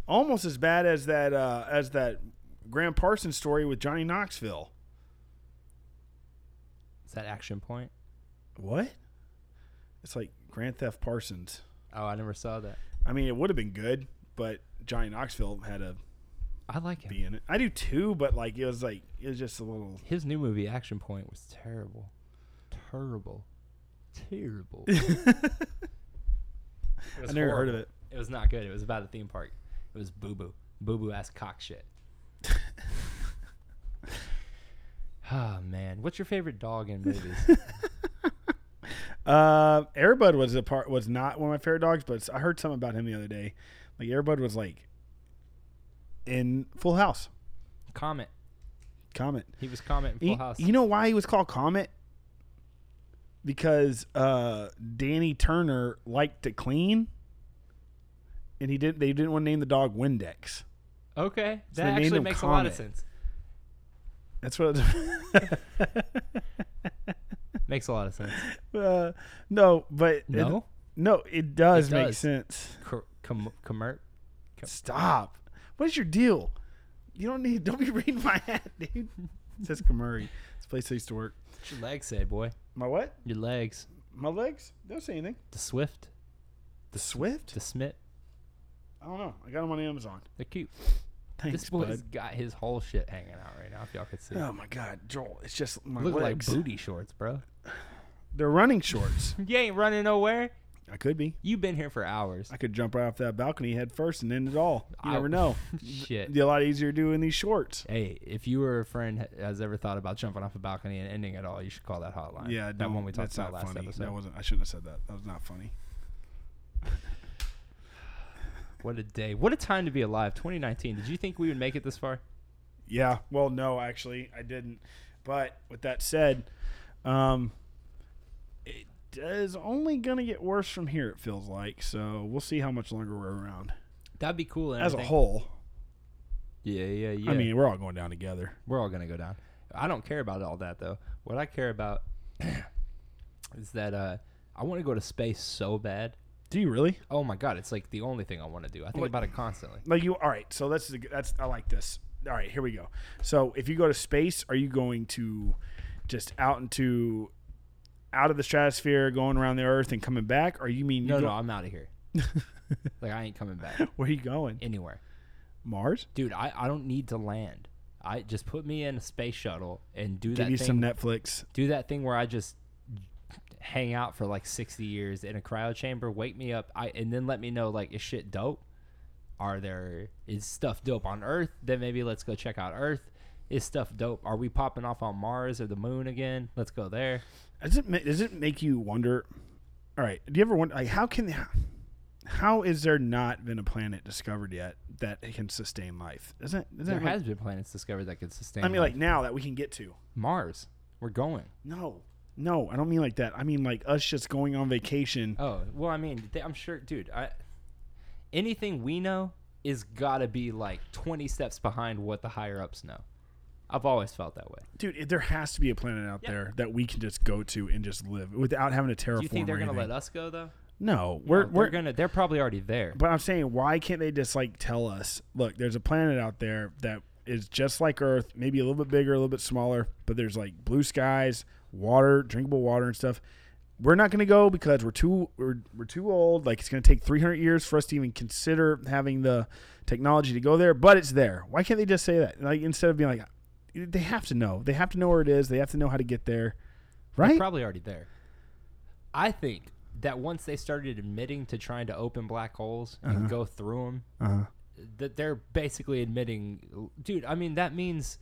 Speaker 1: almost as bad as that uh, as that Graham Parsons story with Johnny Knoxville.
Speaker 3: Is that Action Point?
Speaker 1: What? It's like Grand Theft Parsons.
Speaker 3: Oh, I never saw that.
Speaker 1: I mean, it would have been good, but Johnny Knoxville had to
Speaker 3: I like him.
Speaker 1: be in it. I do too, but like it was like it was just a little.
Speaker 3: His new movie Action Point was terrible, terrible, terrible.
Speaker 1: I
Speaker 3: It
Speaker 1: never
Speaker 3: was
Speaker 1: heard of
Speaker 3: horrible.
Speaker 1: it.
Speaker 3: It was not good. It was about a theme park. It was boo boo, boo boo ass cock shit. oh man, what's your favorite dog in movies?
Speaker 1: Uh, Airbud was a part was not one of my favorite dogs, but I heard something about him the other day. Like Airbud was like in Full House.
Speaker 3: Comet.
Speaker 1: Comet.
Speaker 3: He was Comet in Full
Speaker 1: You-
Speaker 3: House.
Speaker 1: You know why he was called Comet? Because uh, Danny Turner liked to clean, and he did. They didn't want to name the dog Windex.
Speaker 3: okay,
Speaker 1: So they
Speaker 3: that
Speaker 1: named
Speaker 3: actually
Speaker 1: him
Speaker 3: makes a lot
Speaker 1: Comet.
Speaker 3: of sense.
Speaker 1: That's what.
Speaker 3: Makes a lot of sense.
Speaker 1: uh, no, but it,
Speaker 3: No,
Speaker 1: no, it does
Speaker 3: It
Speaker 1: make
Speaker 3: does.
Speaker 1: sense.
Speaker 3: Com- com- comert.
Speaker 1: Stop. What is your deal? You don't need. Don't be reading my hat, dude. It says Kamuri. This place I used to work.
Speaker 3: What's your legs say, boy?
Speaker 1: My what?
Speaker 3: Your legs.
Speaker 1: My legs? Don't say anything.
Speaker 3: The Swift.
Speaker 1: The Swift?
Speaker 3: The Smith.
Speaker 1: I don't know. I got them on Amazon.
Speaker 3: They're cute.
Speaker 1: Thanks,
Speaker 3: this
Speaker 1: bud.
Speaker 3: boy's got his whole shit hanging out right now. If y'all could see,
Speaker 1: Oh my God, Joel! It's just my
Speaker 3: look like
Speaker 1: legs.
Speaker 3: booty shorts, bro.
Speaker 1: They're running shorts.
Speaker 3: You ain't running nowhere.
Speaker 1: I could be.
Speaker 3: You've been here for hours.
Speaker 1: I could jump right off that balcony head first and end it all. You
Speaker 3: I-
Speaker 1: never know.
Speaker 3: shit.
Speaker 1: It'd be a lot easier doing these shorts.
Speaker 3: Hey, if you or a friend ha- has ever thought about jumping off a balcony and ending it all, you should call that hotline.
Speaker 1: Yeah,
Speaker 3: that
Speaker 1: don't-
Speaker 3: one we talked
Speaker 1: that's
Speaker 3: about
Speaker 1: not
Speaker 3: last
Speaker 1: funny.
Speaker 3: episode.
Speaker 1: That wasn't. I shouldn't have said that. That was not funny.
Speaker 3: what a day! What a time to be alive. 2019. Did you think we would make it this far?
Speaker 1: Yeah. Well, no, actually, I didn't. But with that said, um, it is only gonna get worse from here. It feels like. So we'll see how much longer we're around
Speaker 3: That'd be cool. And
Speaker 1: as a
Speaker 3: everything.
Speaker 1: whole.
Speaker 3: Yeah, yeah, yeah.
Speaker 1: I mean, we're all going down together.
Speaker 3: we're all gonna go down. I don't care about all that though. What I care about is that uh, I want to go to space so bad.
Speaker 1: Do you really?
Speaker 3: Oh my god, it's like the only thing I want to do. I think
Speaker 1: What-
Speaker 3: about it constantly.
Speaker 1: Like you, all right. So that's the, that's I like this. All right, here we go. So if you go to space, are you going to just out into out of the stratosphere, going around the Earth and coming back? Or you mean you
Speaker 3: No,
Speaker 1: go-
Speaker 3: no, I'm out of here. like I ain't coming back
Speaker 1: where are you going?
Speaker 3: anywhere,
Speaker 1: Mars?
Speaker 3: dude. I, I don't need to land. I just put me in a space shuttle and do
Speaker 1: Give
Speaker 3: that
Speaker 1: you
Speaker 3: thing.
Speaker 1: some Netflix.
Speaker 3: do that thing where I just hang out for like 60 years in a cryo chamber. Wake me up, I and then let me know like is shit dope. Are there is stuff dope on Earth? Then maybe let's go check out Earth. Is stuff dope? Are we popping off on Mars or the Moon again? Let's go there.
Speaker 1: Does it ma- does it make you wonder? All right, do you ever wonder like how can how is there not been a planet discovered yet that can sustain life? Isn't isn't
Speaker 3: There
Speaker 1: it like-
Speaker 3: has been planets discovered that could sustain.
Speaker 1: I mean
Speaker 3: life.
Speaker 1: like now that we can get to.
Speaker 3: Mars. We're going.
Speaker 1: No, no, I don't mean like that. I mean like us just going on vacation.
Speaker 3: Oh well, I mean, they, I'm sure, dude. I, anything we know is gotta be like 20 steps behind what the higher ups know. I've always felt that way.
Speaker 1: Dude, it- there has to be a planet out
Speaker 3: Yeah.
Speaker 1: there that we can just go to and just live without having to terraform.
Speaker 3: Do you think they're
Speaker 1: or
Speaker 3: gonna
Speaker 1: anything.
Speaker 3: let us go though?
Speaker 1: No, we're
Speaker 3: they're
Speaker 1: we're.
Speaker 3: gonna. They're probably already there.
Speaker 1: but I'm saying, why can't they just like tell us? Look, there's a planet out there that is just like Earth, maybe a little bit bigger, a little bit smaller, but there's like blue skies, water, drinkable water, and stuff. We're not gonna go because we're too we're, we're too old. Like it's gonna take 300 years for us to even consider having the technology to go there. But it's there. Why can't they just say that? Like instead of being like, they have to know. They have to know where it is. They have to know how to get there.
Speaker 3: They're
Speaker 1: Right?
Speaker 3: probably already there. I think that once they started admitting to trying to open black holes and go through them,
Speaker 1: Uh-huh.
Speaker 3: that they're basically admitting, dude. I mean, that means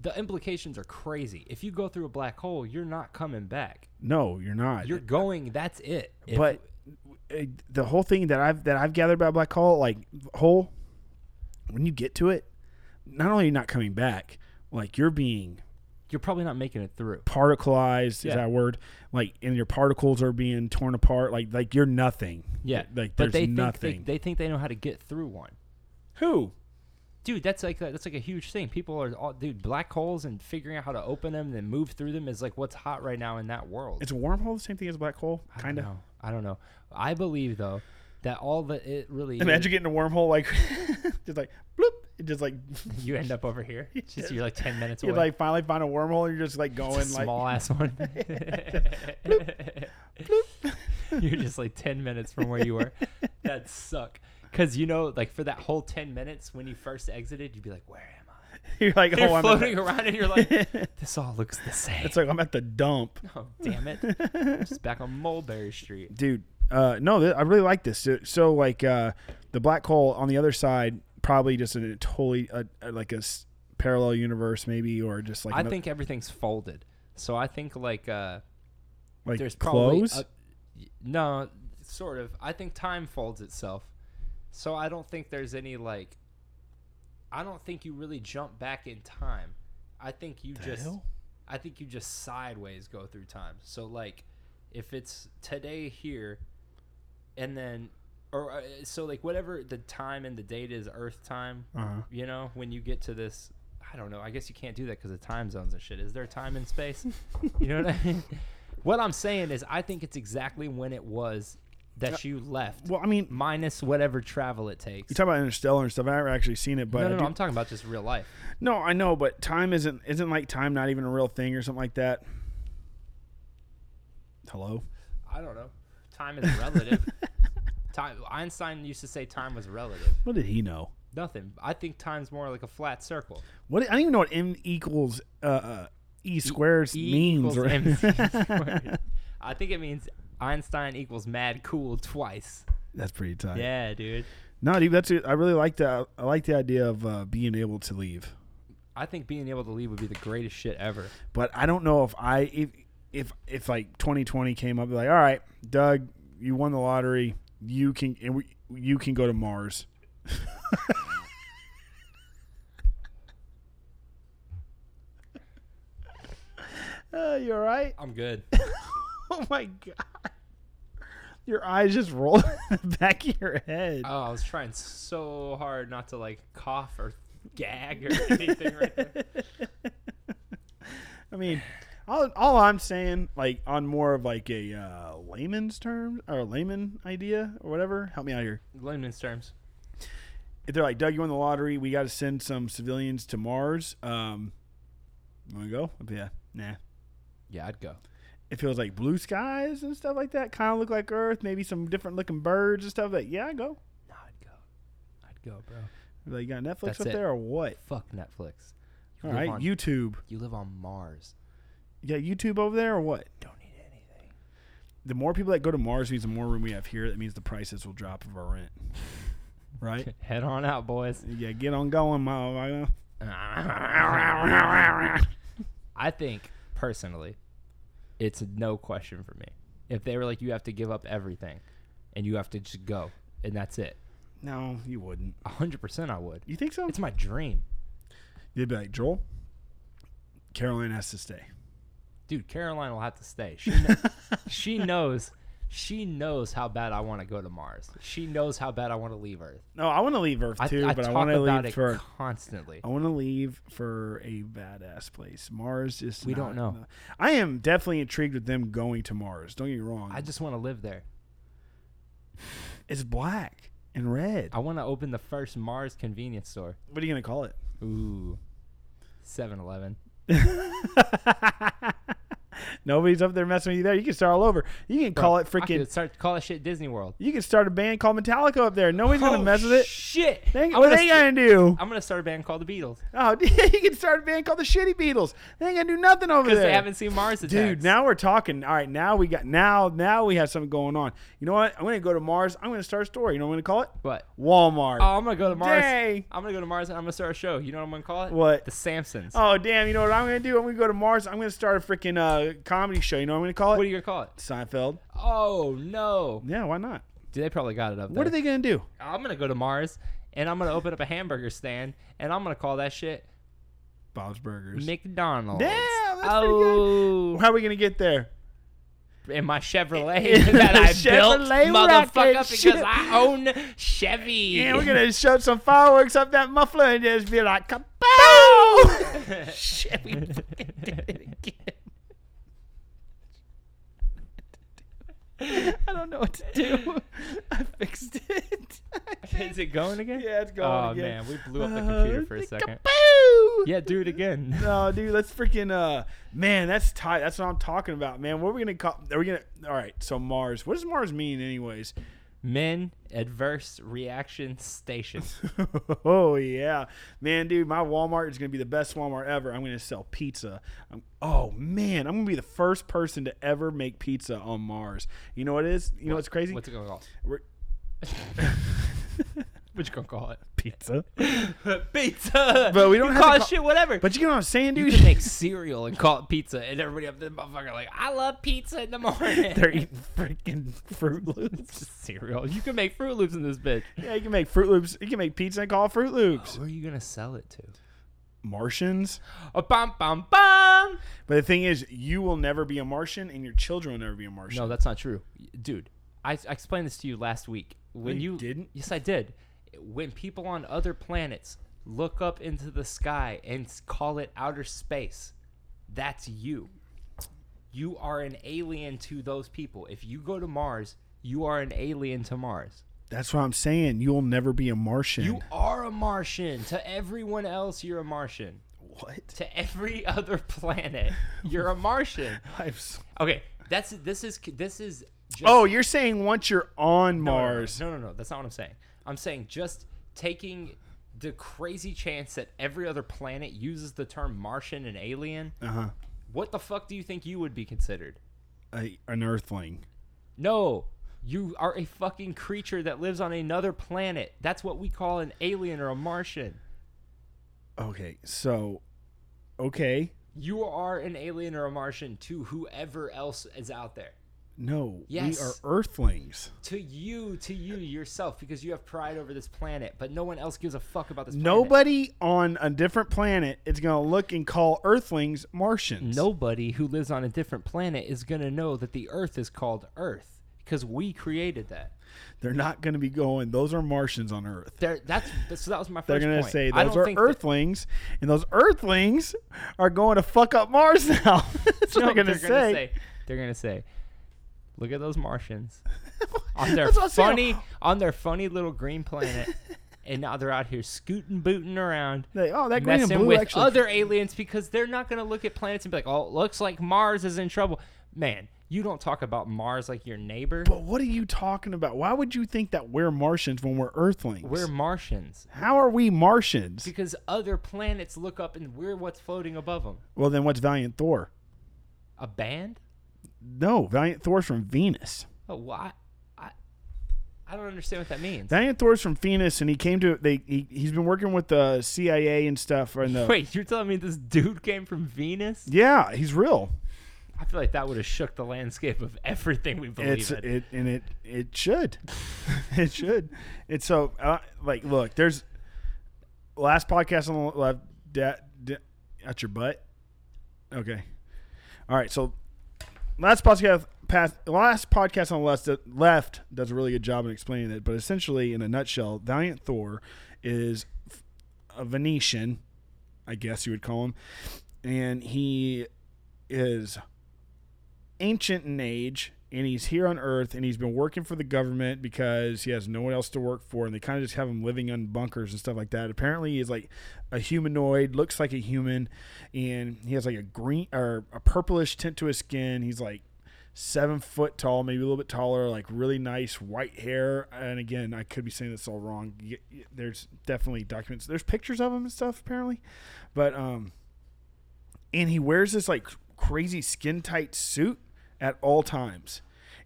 Speaker 3: the implications are crazy. If you go through a black hole, you're not coming back.
Speaker 1: No, you're not.
Speaker 3: You're going. That's it. If-
Speaker 1: but uh, the whole thing that I've that I've gathered about black hole, like hole, when you get to it, not only are you not coming back, like you're being
Speaker 3: you're probably not making it through.
Speaker 1: particleized. Is
Speaker 3: Yeah.
Speaker 1: that a word? Like, and your particles are being torn apart. Like, like you're nothing.
Speaker 3: Yeah.
Speaker 1: Like
Speaker 3: but
Speaker 1: there's
Speaker 3: they think
Speaker 1: nothing.
Speaker 3: They, they think they know how to get through one.
Speaker 1: Who?
Speaker 3: dude that's like that's like a huge thing people are all dude black holes and figuring out how to open them and then move through them is like what's hot right now in that world
Speaker 1: Is a wormhole the same thing as a black hole?
Speaker 3: I don't
Speaker 1: Kind of.
Speaker 3: know. i don't know i believe though that all that it really
Speaker 1: Imagine getting a wormhole like just like bloop. It just like
Speaker 3: you end up over here. It's Just you're like ten minutes
Speaker 1: you
Speaker 3: away.
Speaker 1: like finally find a wormhole and you're just like going
Speaker 3: it's
Speaker 1: like
Speaker 3: a small ass one. you're just like ten minutes from where you were. That suck. Cause you know, like for that whole ten minutes when you first exited, you'd be like, "Where am I?"
Speaker 1: you're like oh
Speaker 3: You're
Speaker 1: I'm at the-
Speaker 3: floating around and you're like, "This all looks the same."
Speaker 1: it's like I'm at the dump.
Speaker 3: oh damn it! I'm just back on Mulberry Street.
Speaker 1: dude. Uh, no, th- I really like this. So, so, like uh, the black hole on the other side, probably just a totally a, a- like a s- parallel universe, maybe, or just like
Speaker 3: I
Speaker 1: ano-
Speaker 3: think everything's folded. So I think like uh,
Speaker 1: like
Speaker 3: there's probably
Speaker 1: clothes.
Speaker 3: a- y- no, sort of. I think time folds itself. So I don't think there's any like. I don't think you really jump back in time. I think you just.
Speaker 1: hell?
Speaker 3: I think you just sideways go through time. So like, if it's today here, and then, or uh, so like whatever the time and the date is Earth time.
Speaker 1: Uh-huh.
Speaker 3: You know when you get to this. I don't know. I guess you can't do that because of time zones and shit. Is there time and space? You know what I mean? What I'm saying is, I think it's exactly when it was that you left,
Speaker 1: well, I mean, you
Speaker 3: minus whahatever travel it takes.
Speaker 1: talk about interstellar and stuff. I've never actually seen it, but
Speaker 3: no,
Speaker 1: I
Speaker 3: no,
Speaker 1: do-
Speaker 3: no, I'm talking about just real life.
Speaker 1: no, I know, but time isn't isn't like time not even a real thing or something like that. Hello.
Speaker 3: I don't know. Time is relative. time. Einstein used to say time was relative.
Speaker 1: What did he know?
Speaker 3: Nothing. I think time's more like a flat circle.
Speaker 1: What I don't even know what m equals uh, uh, e squares
Speaker 3: E
Speaker 1: means.
Speaker 3: equals
Speaker 1: Or,
Speaker 3: MC squared. I think it means Einstein equals mad cool twice.
Speaker 1: that's pretty tight.
Speaker 3: Yeah, dude.
Speaker 1: No, dude, that's it. I really like that. I like the idea of uh, being able to leave,
Speaker 3: I think being able to leave would be the greatest shit ever.
Speaker 1: but I don't know if I if if, if like 2020 came up like, all right, Doug, you won the lottery, you can and we, you can go to Mars. uh, you all right?
Speaker 3: I'm good.
Speaker 1: Oh my god, your eyes just roll in the back of your head.
Speaker 3: Oh, I was trying so hard not to like cough or gag or anything right there.
Speaker 1: I mean, all, all I'm saying, like on more of like a uh, layman's term or layman idea or whatever. Help me out here.
Speaker 3: Layman's terms.
Speaker 1: If they're like, Doug, you won the lottery. We got to send some civilians to Mars. Um, want to go? I'd be, Yeah, nah.
Speaker 3: Yeah, I'd go.
Speaker 1: If it was like blue skies and stuff like that, kind of look like Earth, maybe some different looking birds and stuff. Like, yeah, I go.
Speaker 3: No, I'd go. I'd go, bro.
Speaker 1: I'd be Like, you got Netflix
Speaker 3: That's
Speaker 1: up
Speaker 3: it.
Speaker 1: there or what?
Speaker 3: Fuck Netflix. You
Speaker 1: All
Speaker 3: live
Speaker 1: right,
Speaker 3: on-
Speaker 1: YouTube.
Speaker 3: you live on Mars.
Speaker 1: You got YouTube over there or what?
Speaker 3: Don't need anything.
Speaker 1: The more people that go to Mars means the more room we have here. That means the prices will drop of our rent. Right?
Speaker 3: Head on out, boys.
Speaker 1: Yeah, get on going, motherfucker.
Speaker 3: I think personally, it's a no question for me. If they were like, you have to give up everything, and you have to just go, and that's it.
Speaker 1: No, you wouldn't.
Speaker 3: A hundred percent, I would.
Speaker 1: You think so?
Speaker 3: It's my dream,
Speaker 1: You'd be like, Joel, Caroline has to stay.
Speaker 3: dude. Caroline will have to stay. She, kn- she knows. She knows how bad I want to go to Mars. She knows how bad I want to leave Earth.
Speaker 1: No, I want to leave Earth
Speaker 3: I,
Speaker 1: too,
Speaker 3: I
Speaker 1: but I
Speaker 3: talk
Speaker 1: want to leave
Speaker 3: about it
Speaker 1: for
Speaker 3: constantly.
Speaker 1: I want to leave for a badass place. Mars is
Speaker 3: We don't
Speaker 1: not-
Speaker 3: know.
Speaker 1: I am definitely intrigued with them going to Mars. Don't get me wrong.
Speaker 3: I just want to live there.
Speaker 1: it's black and red.
Speaker 3: I want to open the first Mars convenience store.
Speaker 1: What are you gonna call it?
Speaker 3: Ooh, 7-Eleven.
Speaker 1: Nobody's up there messing with you there. You can start all over. You can call it
Speaker 3: I could
Speaker 1: freaking.
Speaker 3: start call that shit Disney World.
Speaker 1: You can start a band called Metallica up there. Nobody's gonna
Speaker 3: Oh,
Speaker 1: mess with it.
Speaker 3: Shit.
Speaker 1: They,
Speaker 3: I'm
Speaker 1: what
Speaker 3: gonna
Speaker 1: they
Speaker 3: st-
Speaker 1: gonna do?
Speaker 3: I'm gonna start a band called the Beatles
Speaker 1: Oh, you can start a band called the Shitty Beatles. They ain't gonna do nothing over
Speaker 3: because
Speaker 1: there.
Speaker 3: they haven't seen Mars Attacks.
Speaker 1: Dude, now we're talking. All right, now we got now now we have something going on. You know what? I'm gonna go to Mars. I'm gonna start a store. You know what I'm gonna call it?
Speaker 3: What?
Speaker 1: Walmart.
Speaker 3: Oh, I'm gonna go to Mars.
Speaker 1: Dang.
Speaker 3: I'm gonna go to Mars and I'm gonna start a show. You know what I'm gonna call it?
Speaker 1: What?
Speaker 3: The Samsons.
Speaker 1: Oh, damn! You know what I'm gonna do? I'm gonna go to Mars. I'm gonna start a freaking uh, comedy show. You know what I'm gonna call it?
Speaker 3: What are you gonna call it?
Speaker 1: Seinfeld.
Speaker 3: Oh no.
Speaker 1: Yeah, why not?
Speaker 3: Dude, they probably got it up there.
Speaker 1: What are they gonna do?
Speaker 3: I'm gonna go to Mars and I'm gonna open up a hamburger stand and I'm gonna call that shit
Speaker 1: Bob's Burgers.
Speaker 3: McDonald's.
Speaker 1: Damn, that's pretty
Speaker 3: oh,
Speaker 1: How are we gonna get there?
Speaker 3: in my Chevrolet
Speaker 1: In
Speaker 3: that
Speaker 1: the
Speaker 3: I
Speaker 1: Chevrolet
Speaker 3: built, motherfucker,
Speaker 1: rocket
Speaker 3: because
Speaker 1: ship.
Speaker 3: I own Chevy.
Speaker 1: Yeah, we're gonna shove some fireworks up that muffler and just be like, kaboom! Shit, we fucking did it again.
Speaker 2: I don't know what to do. I fixed it.
Speaker 3: Is it going again?
Speaker 1: Yeah, it's going
Speaker 3: Oh
Speaker 1: again.
Speaker 3: man, we blew up the
Speaker 1: Uh,
Speaker 3: computer for a second.
Speaker 2: Boo!
Speaker 3: Yeah, do it again.
Speaker 1: No, dude, let's freaking uh man, that's tight. That's what I'm talking about, man. What are we gonna call are we gonna all right, so Mars. What does Mars mean anyways?
Speaker 3: Men adverse reaction station.
Speaker 1: oh yeah. Man, dude, my Walmart is gonna be the best Walmart ever. I'm gonna sell pizza. I'm, oh man, I'm gonna be the first person to ever make pizza on Mars. You know what it is? You know what's crazy?
Speaker 3: What's it gonna call?
Speaker 1: We're-
Speaker 3: What you gonna call it?
Speaker 1: pizza.
Speaker 3: pizza.
Speaker 1: But we don't
Speaker 3: You
Speaker 1: have to
Speaker 3: call it
Speaker 1: call-
Speaker 3: shit whatever.
Speaker 1: But you get what I'm saying,
Speaker 3: you
Speaker 1: dude?
Speaker 3: can make cereal and call it pizza, and everybody up there, motherfucker, like I love pizza in the morning.
Speaker 1: They're eating freaking Fruit Loops.
Speaker 3: It's just cereal. You can make Fruit Loops in this bitch.
Speaker 1: Yeah, you can make Fruit Loops. You can make pizza and call it Fruit Loops.
Speaker 3: Who are you gonna sell it to?
Speaker 1: Martians.
Speaker 3: A Oh, bum bum bum.
Speaker 1: But the thing is, you will never be a Martian, and your children will never be a Martian.
Speaker 3: No, that's not true, dude. I, I explained this to you last week. When
Speaker 1: you
Speaker 3: you
Speaker 1: didn't?
Speaker 3: yes, I did. When people on other planets look up into the sky and s- call it outer space, that's you. You are an alien to those people. If you go to Mars, you are an alien to Mars.
Speaker 1: That's what I'm saying. You'll never be a Martian.
Speaker 3: You are a Martian. To everyone else, you're a Martian.
Speaker 1: what?
Speaker 3: To every other planet, you're a Martian.
Speaker 1: I'm s-
Speaker 3: Okay, that's this is this is just
Speaker 1: oh, you're saying once you're on
Speaker 3: No, no, no,
Speaker 1: Mars.
Speaker 3: No, no, no, That's not what I'm saying. I'm saying just taking the crazy chance that every other planet uses the term Martian and alien.
Speaker 1: Uh-huh.
Speaker 3: What the fuck do you think you would be considered?
Speaker 1: A, an Earthling.
Speaker 3: No, you are a fucking creature that lives on another planet. That's what we call an alien or a Martian.
Speaker 1: Okay, so, okay,
Speaker 3: You are an alien or a Martian to whoever else is out there.
Speaker 1: no,
Speaker 3: Yes.
Speaker 1: we are Earthlings.
Speaker 3: To you, to you yourself, because you have pride over this planet, but no one else gives a fuck about this planet.
Speaker 1: Nobody on a different planet is gonna look and call Earthlings Martians.
Speaker 3: nobody who lives on a different planet is going to know that the earth is called earth because we created that
Speaker 1: they're not gonna be going. Those are Martians on Earth.
Speaker 3: there that's so that was my 1st
Speaker 1: They're gonna
Speaker 3: point
Speaker 1: say
Speaker 3: I
Speaker 1: those
Speaker 3: don't
Speaker 1: are
Speaker 3: think that-
Speaker 1: Earthlings, and those Earthlings are going to fuck up Mars now. That's what
Speaker 3: no,
Speaker 1: they're gonna say.
Speaker 3: they're going to say look at those martians on their
Speaker 1: That's what I'm saying.
Speaker 3: funny on their funny little green planet and now they're out here scooting booting around
Speaker 1: They- oh, that green and
Speaker 3: messing
Speaker 1: blue
Speaker 3: with
Speaker 1: actually.
Speaker 3: other aliens because they're not going to look at planets and be like oh looks like mars is in trouble man you don't talk about mars like your neighbor
Speaker 1: but what are you talking about? Why would you think that we're Martians when we're Earthlings?
Speaker 3: we're martians
Speaker 1: How are we Martians?
Speaker 3: because other planets look up and we're what's floating above them.
Speaker 1: Well, then what's Valiant Thor?
Speaker 3: A band?
Speaker 1: No, Valiant Thor's from Venus.
Speaker 3: Oh, what? I, I don't understand what that means.
Speaker 1: Valiant Thor's from Venus, and he came to they. He, he's been working with the CIA and stuff. And the
Speaker 3: Wait, you're telling me this dude came from Venus?
Speaker 1: yeah, he's real.
Speaker 3: I feel like that would have shook the landscape of everything we believe
Speaker 1: it's
Speaker 3: in.
Speaker 1: it and it it should it should it's so uh, like look there's last podcast on the left da, da, at your butt okay all right so last podcast past, last podcast on the left, left does a really good job in explaining it but essentially in a nutshell valiant thor is f- a venetian i guess you would call him and he is ancient in age and he's here on earth and he's been working for the government because he has no one else to work for and they kind of just have him living on bunkers and stuff like that apparently he's like a humanoid looks like a human and he has like a green or a purplish tint to his skin he's like seven foot tall maybe a little bit taller like really nice white hair and again i could be saying this all wrong Y- y- there's definitely documents there's pictures of him and stuff apparently but um and he wears this like crazy skin tight suit at all times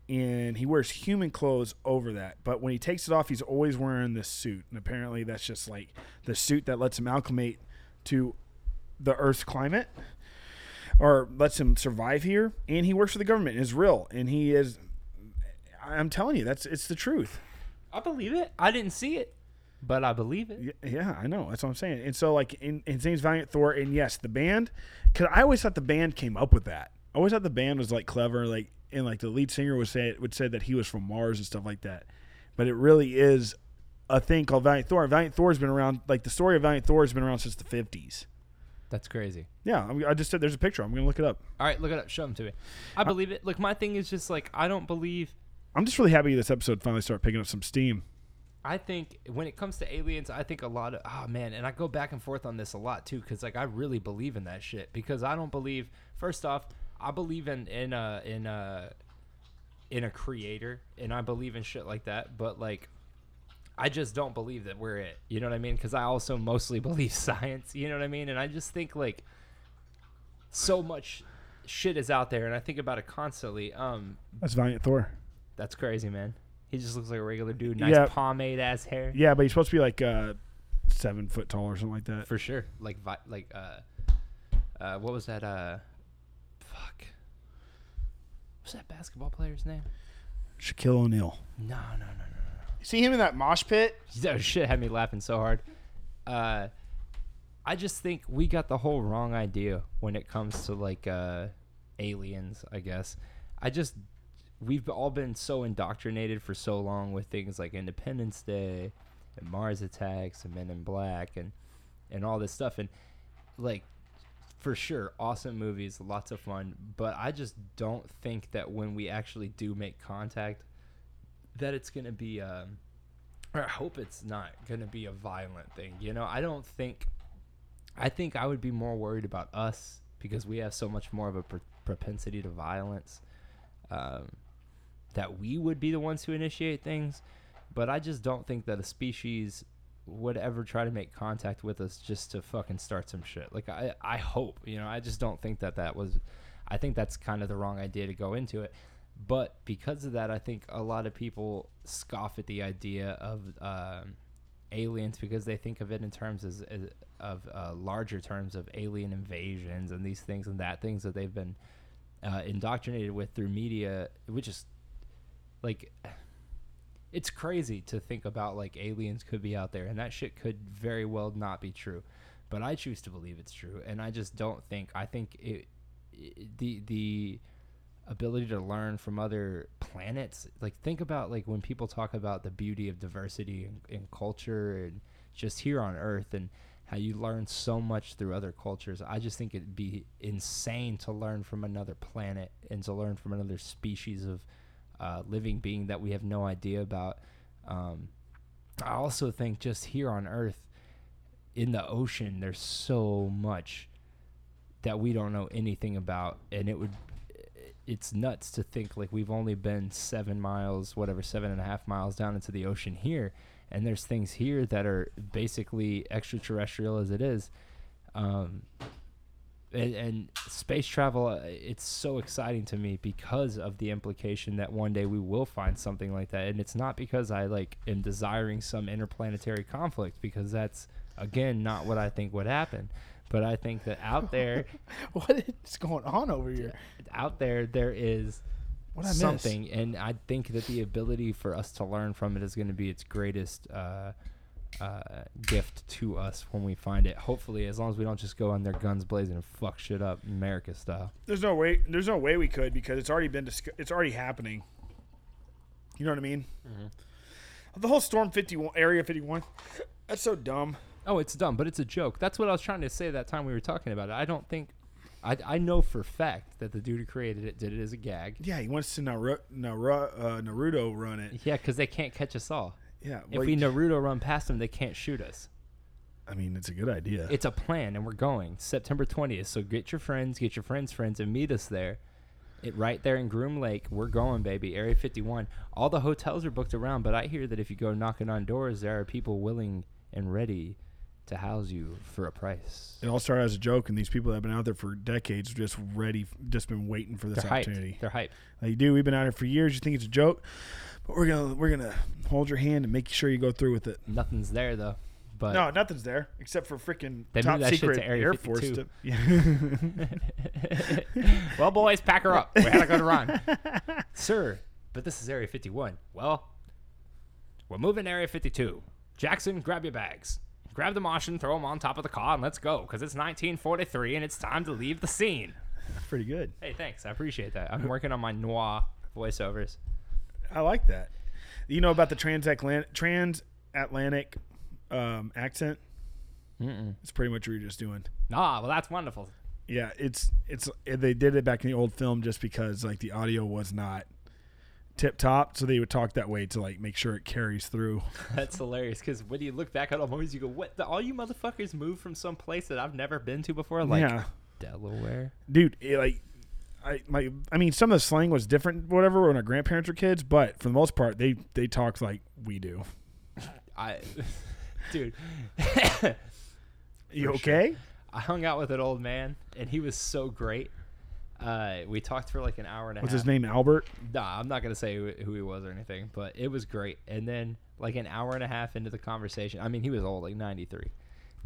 Speaker 1: and he wears human clothes over that but when he takes it off he's always wearing this suit and apparently that's just like the suit that lets him acclimate to the earth's climate or lets him survive here and he works for the government and is real and he is i'm telling you that's it's the truth
Speaker 3: I believe it. I didn't see it, but I believe it.
Speaker 1: Y- Yeah, I know. That's what I'm saying. And so, like, in, in Zane's Valiant Thor, and yes, the band, because I always thought the band came up with that. I always thought the band was like clever, like, and like the lead singer would say would say that he was from Mars and stuff like that. But it really is a thing called Valiant Thor. Valiant Thor has been around, like, the story of Valiant Thor has been around since the 50s.
Speaker 3: That's crazy.
Speaker 1: Yeah, I'm, I just said there's a picture. I'm gonna look it up.
Speaker 3: All right, look it up. Show them to me.
Speaker 1: Uh,
Speaker 3: I believe it. Look, my thing is just like I don't believe.
Speaker 1: I'm just really happy this episode finally started picking up some steam.
Speaker 3: I think when it comes to aliens, I think a lot of oh man, and I go back and forth on this a lot too because like I really believe in that shit because I don't believe. First off, I believe in in a in a in a creator, and I believe in shit like that. But like, I just don't believe that we're it. You know what I mean? Because I also mostly believe science. You know what I mean? And I just think like so much shit is out there, and I think about it constantly. Um,
Speaker 1: That's Valiant Thor.
Speaker 3: that's crazy, man. He just looks like a regular dude. Nice
Speaker 1: Yeah.
Speaker 3: pomade ass hair.
Speaker 1: Yeah, but he's supposed to be like uh, seven foot tall or something like that.
Speaker 3: For sure. Like vi- like uh uh what was that uh fuck. What's that basketball player's name?
Speaker 1: Shaquille O'Neal.
Speaker 3: No, no, no, no.
Speaker 4: See him in that mosh pit?
Speaker 3: That shit had me laughing so hard. Uh I just think we got the whole wrong idea when it comes to like uh aliens, I guess. I just we've all been so indoctrinated for so long with things like Independence Day and Mars attacks and Men in Black and and all this stuff and like for sure awesome movies lots of fun but i just don't think that when we actually do make contact that it's going to be um or i hope it's not going to be a violent thing you know i don't think i think i would be more worried about us because we have so much more of a pr- propensity to violence um, that we would be the ones who initiate things but i just don't think that a species would ever try to make contact with us just to fucking start some shit. Like I, I hope you know. I just don't think that that was. I think that's kind of the wrong idea to go into it. But because of that, I think a lot of people scoff at the idea of um, aliens because they think of it in terms as, as of uh, larger terms of alien invasions and these things and that things that they've been uh, indoctrinated with through media, which is like it's crazy to think about like aliens could be out there and that shit could very well not be true but i choose to believe it's true and i just don't think i think it, it- the the ability to learn from other planets like think about like when people talk about the beauty of diversity and, and culture and just here on earth and how you learn so much through other cultures i just think it'd be insane to learn from another planet and to learn from another species of uh, living being that we have no idea about. Um, I also think just here on Earth, in the ocean, there's so much that we don't know anything about, and it would it's nuts to think like we've only been seven miles, whatever, seven and a half miles down into the ocean here, and there's things here that are basically extraterrestrial as it is. Um, and, and space travel uh, it's so exciting to me because of the implication that one day we will find something like that and it's not because i like am desiring some interplanetary conflict because that's again not what i think would happen but i think that out there
Speaker 4: What is going on over here?
Speaker 3: out there there is
Speaker 4: What'd I miss?
Speaker 3: something and i think that the ability for us to learn from it is going to be its greatest uh, uh, gift to us when we find it hopefully as long as we don't just go on their guns blazing and fuck shit up america style
Speaker 1: There's no way. There's no way we could because it's already been. Disc- it's already happening. You know what I mean?
Speaker 3: Mm-hmm.
Speaker 1: The whole Storm 51 Area 51. That's so dumb.
Speaker 3: oh it's dumb but it's a joke that's what i was trying to say that time we were talking about it i don't think i, I know for a fact that the dude who created it did it as a gag
Speaker 1: Yeah, he wants to Naru- Naru- uh, Naruto run it.
Speaker 3: yeah because they can't catch us all
Speaker 1: Yeah,
Speaker 3: if
Speaker 1: well,
Speaker 3: we naruto run past them they can't shoot us
Speaker 1: I mean, it's a good idea.
Speaker 3: It's a plan, and we're going September 20th. So get your friends, get your friends' friends, and meet us there. It right there in Groom Lake. We're going, baby. Area 51. All the hotels are booked around, but I hear that if you go knocking on doors, there are people willing and ready to house you for a price.
Speaker 1: It all started as a joke, and these people that have been out there for decades just ready, just been waiting for this
Speaker 3: They're
Speaker 1: opportunity.
Speaker 3: hyped. They're hyped.
Speaker 1: Like, dude, we've been out here for years. You think it's a joke, but we're gonna we're gonna hold your hand and make sure you go through with it.
Speaker 3: Nothing's there though. But
Speaker 1: No, nothing's there except for freaking
Speaker 3: They moved
Speaker 1: top
Speaker 3: that shit
Speaker 1: secret
Speaker 3: to Area
Speaker 1: Air Force.
Speaker 3: 52.
Speaker 1: to- yeah.
Speaker 3: well, boys, pack her up. We gotta go to Ron, sir. But this is Area 51. Well, we're moving to Area 52. Jackson, grab your bags. Grab the Martian, throw him on top of the car, and let's go. Cause it's 1943, and it's time to leave the scene.
Speaker 1: pretty good.
Speaker 3: Hey, thanks. I appreciate that. I'm working on my noir voiceovers.
Speaker 1: I like that. You know about the transatlantic transatlantic um, accent?
Speaker 3: Mm-mm.
Speaker 1: It's pretty much what you're just doing.
Speaker 3: Ah, well, that's wonderful.
Speaker 1: Yeah, it's it's they did it back in the old film just because like the audio was not tip top, so they would talk that way to like make sure it carries through.
Speaker 3: That's hilarious because when you look back at all movies, you go, "What? The, all you motherfuckers moved from some place that I've never been to before, like
Speaker 1: yeah,
Speaker 3: Delaware."
Speaker 1: dude, it, like I my I mean some of the slang was different, whatever, when our grandparents were kids, but for the most part, they they talked like we do.
Speaker 3: I, dude,
Speaker 1: You
Speaker 3: For sure.
Speaker 1: okay?
Speaker 3: I hung out with an old man, and he was so great. Uh, we talked for like an hour and a
Speaker 1: What's
Speaker 3: half.
Speaker 1: his name? Albert.
Speaker 3: Nah, I'm not gonna say who, who he was or anything, but it was great. And then like an hour and a half into the conversation, I mean, he was old, like 93.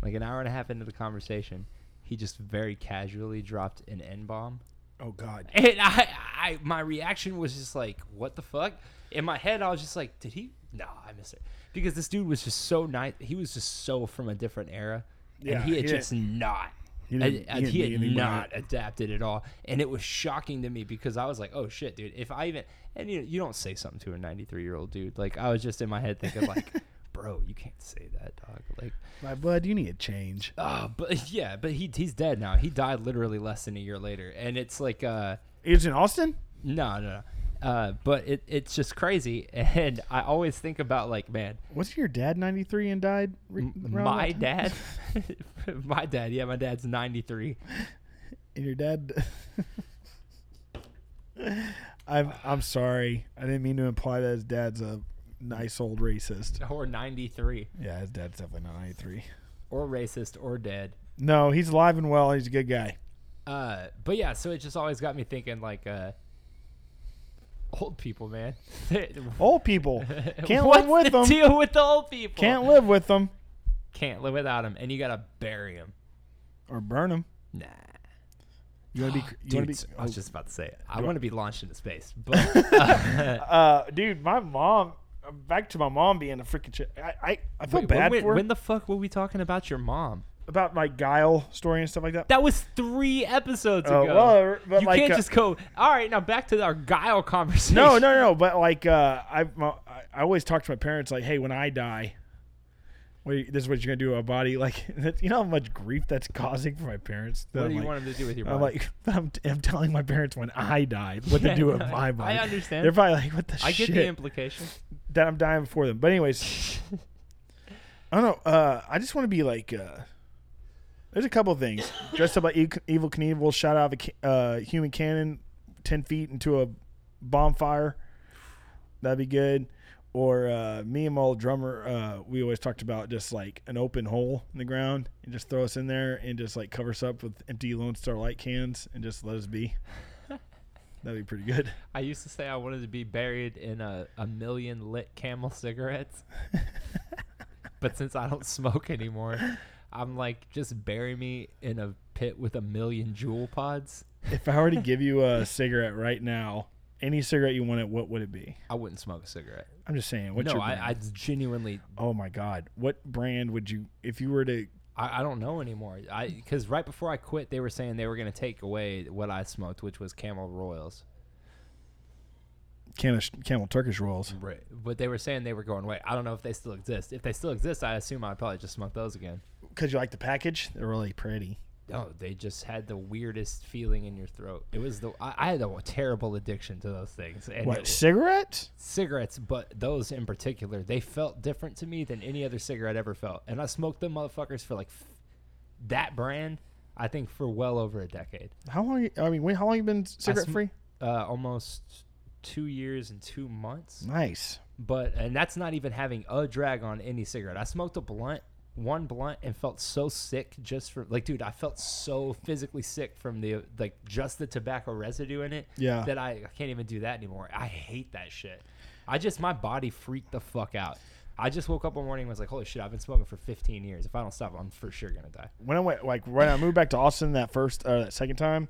Speaker 3: Like an hour and a half into the conversation, he just very casually dropped an N bomb.
Speaker 1: Oh God.
Speaker 3: And I, I, my reaction was just like, what the fuck? In my head, I was just like, did he? No, I missed it. Because this dude was just so nice. He was just so from a different era.
Speaker 1: Yeah,
Speaker 3: and he had
Speaker 1: he
Speaker 3: just not.
Speaker 1: he
Speaker 3: and-
Speaker 1: didn't-
Speaker 3: and
Speaker 1: he
Speaker 3: he,
Speaker 1: didn't do
Speaker 3: had
Speaker 1: anything
Speaker 3: not
Speaker 1: about
Speaker 3: adapted at all. And it was shocking to me because I was like, oh shit, dude. If I even, and you, you don't say something to a 93 year old dude. Like, I was just in my head thinking, like, bro, you can't say that, dog. Like,
Speaker 1: My bud, you need a change.
Speaker 3: oh, but yeah, but he, he's dead now. He died literally less than a year later. And it's like, uh,
Speaker 1: It's in Austin.
Speaker 3: no, no, no. Uh, but it, it's just crazy, and I always think about like, man,
Speaker 1: Wasn't your dad 93 and died? re-
Speaker 3: m-
Speaker 1: around
Speaker 3: my
Speaker 1: that time?
Speaker 3: dad, my dad, yeah, my dad's ninety three.
Speaker 1: And your dad. I'm I'm sorry. I didn't mean to imply that his dad's a nice old racist.
Speaker 3: or 93
Speaker 1: Yeah, his dad's definitely not 93.
Speaker 3: or racist or dead
Speaker 1: No, he's alive and well. He's a good guy.
Speaker 3: uh but yeah so it just always got me thinking like uh old people man
Speaker 1: Old people can't
Speaker 3: What's
Speaker 1: live with
Speaker 3: the
Speaker 1: them.
Speaker 3: deal with the old people
Speaker 1: Can't live with them
Speaker 3: can't live without them and you gotta bury them
Speaker 1: or burn them.
Speaker 3: nah
Speaker 1: You want to be? You
Speaker 3: dude
Speaker 1: want to
Speaker 3: s-
Speaker 1: be? oh,
Speaker 3: i was just about to say it. i want to be launched into space but
Speaker 1: uh, dude, my mom. Back to my mom being a freaking. Ch- I, I I feel
Speaker 3: Wait,
Speaker 1: bad
Speaker 3: when,
Speaker 1: for her
Speaker 3: when the fuck were we talking about your mom?
Speaker 1: about my guile story and stuff like that.
Speaker 3: That was three episodes
Speaker 1: Oh,
Speaker 3: ago.
Speaker 1: well, but
Speaker 3: you
Speaker 1: like,
Speaker 3: can't
Speaker 1: uh,
Speaker 3: just go. All right, now back to our guile conversation.
Speaker 1: No, no, no. But like, uh, I, my, I I always talk to my parents like, hey, when I die, what are you- this is what you're gonna do to my body. Like, that, you know how much grief that's causing for my parents. That
Speaker 3: What
Speaker 1: I'm
Speaker 3: do you
Speaker 1: like,
Speaker 3: want him to do with your
Speaker 1: I'm
Speaker 3: mom?
Speaker 1: like, I'm, I'm telling my parents when I die what to do with
Speaker 3: Yeah,
Speaker 1: my
Speaker 3: I
Speaker 1: body.
Speaker 3: understand.
Speaker 1: They're probably like, what the
Speaker 3: I
Speaker 1: shit
Speaker 3: get the implication.
Speaker 1: that I'm dying before them. But anyways, I don't know. Uh, I just want to be like. Uh, there's a couple of things. Dressed up like E- Evil Knievel, shot out of a ca- uh, human cannon, ten feet into a bonfire. That'd be good. Or uh, me and my old drummer, uh, we always talked about just like an open hole in the ground and just throw us in there and just like cover us up with empty Lone Star light cans and just let us be. That'd be pretty good.
Speaker 3: I used to say I wanted to be buried in a, a million lit Camel cigarettes, but since I don't smoke anymore, I'm like just bury me in a pit with a million jewel pods.
Speaker 1: If I were to give you a cigarette right now, any cigarette you wanted, what would it be?
Speaker 3: I wouldn't smoke a cigarette.
Speaker 1: I'm just saying. What's
Speaker 3: no,
Speaker 1: your
Speaker 3: I,
Speaker 1: brand?
Speaker 3: I genuinely
Speaker 1: oh my god, what brand would you if you were to?
Speaker 3: I, I don't know anymore. I because right before I quit, they were saying they were going to take away what I smoked, which was Camel Royals.
Speaker 1: Camel, Camel Turkish rolls.
Speaker 3: Right. But they were saying they were going away. I don't know if they still exist. If they still exist, I assume I'd probably just smoke those again.
Speaker 1: Because you like the package, they're really pretty.
Speaker 3: No, they just had the weirdest feeling in your throat. It was the I, I had a terrible addiction to those things. And
Speaker 1: What
Speaker 3: it-
Speaker 1: cigarettes?
Speaker 3: cigarettes, but those in particular, they felt different to me than any other cigarette ever felt. And I smoked them motherfuckers for like f- that brand. I think for well over a decade.
Speaker 1: How long? you- I mean, wait, how long you been cigarette
Speaker 3: sm-
Speaker 1: free?
Speaker 3: uh, almost two years and two months.
Speaker 1: Nice.
Speaker 3: But and that's not even having a drag on any cigarette. I smoked a blunt, one blunt, and felt so sick just for like, dude, I felt so physically sick from the like just the tobacco residue in it.
Speaker 1: Yeah.
Speaker 3: That I, I can't even do that anymore. I hate that shit. I just my body freaked the fuck out. I just woke up one morning and was like, holy shit, I've been smoking for 15 years. If I don't stop, I'm for sure gonna die.
Speaker 1: When I went like when I moved back to Austin that first uh, that second time,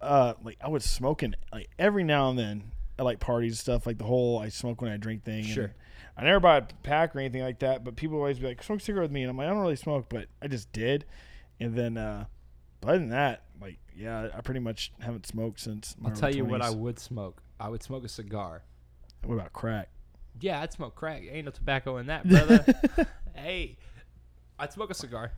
Speaker 1: uh, like I was smoking like every now and then at like parties and stuff. Like the whole I smoke when I drink thing. and
Speaker 3: Sure.
Speaker 1: I never bought a pack or anything like that, but people always be like, "Smoke a cigarette with me," and I'm like, "I don't really smoke, but I just did." And then, uh, but other than that, like, yeah, I pretty much haven't smoked since. My
Speaker 3: I'll tell you what I
Speaker 1: 20s.
Speaker 3: would smoke. I would smoke a cigar.
Speaker 1: What about crack?
Speaker 3: Yeah, I'd smoke crack. Ain't no tobacco in that, brother. hey, I'd smoke a cigar.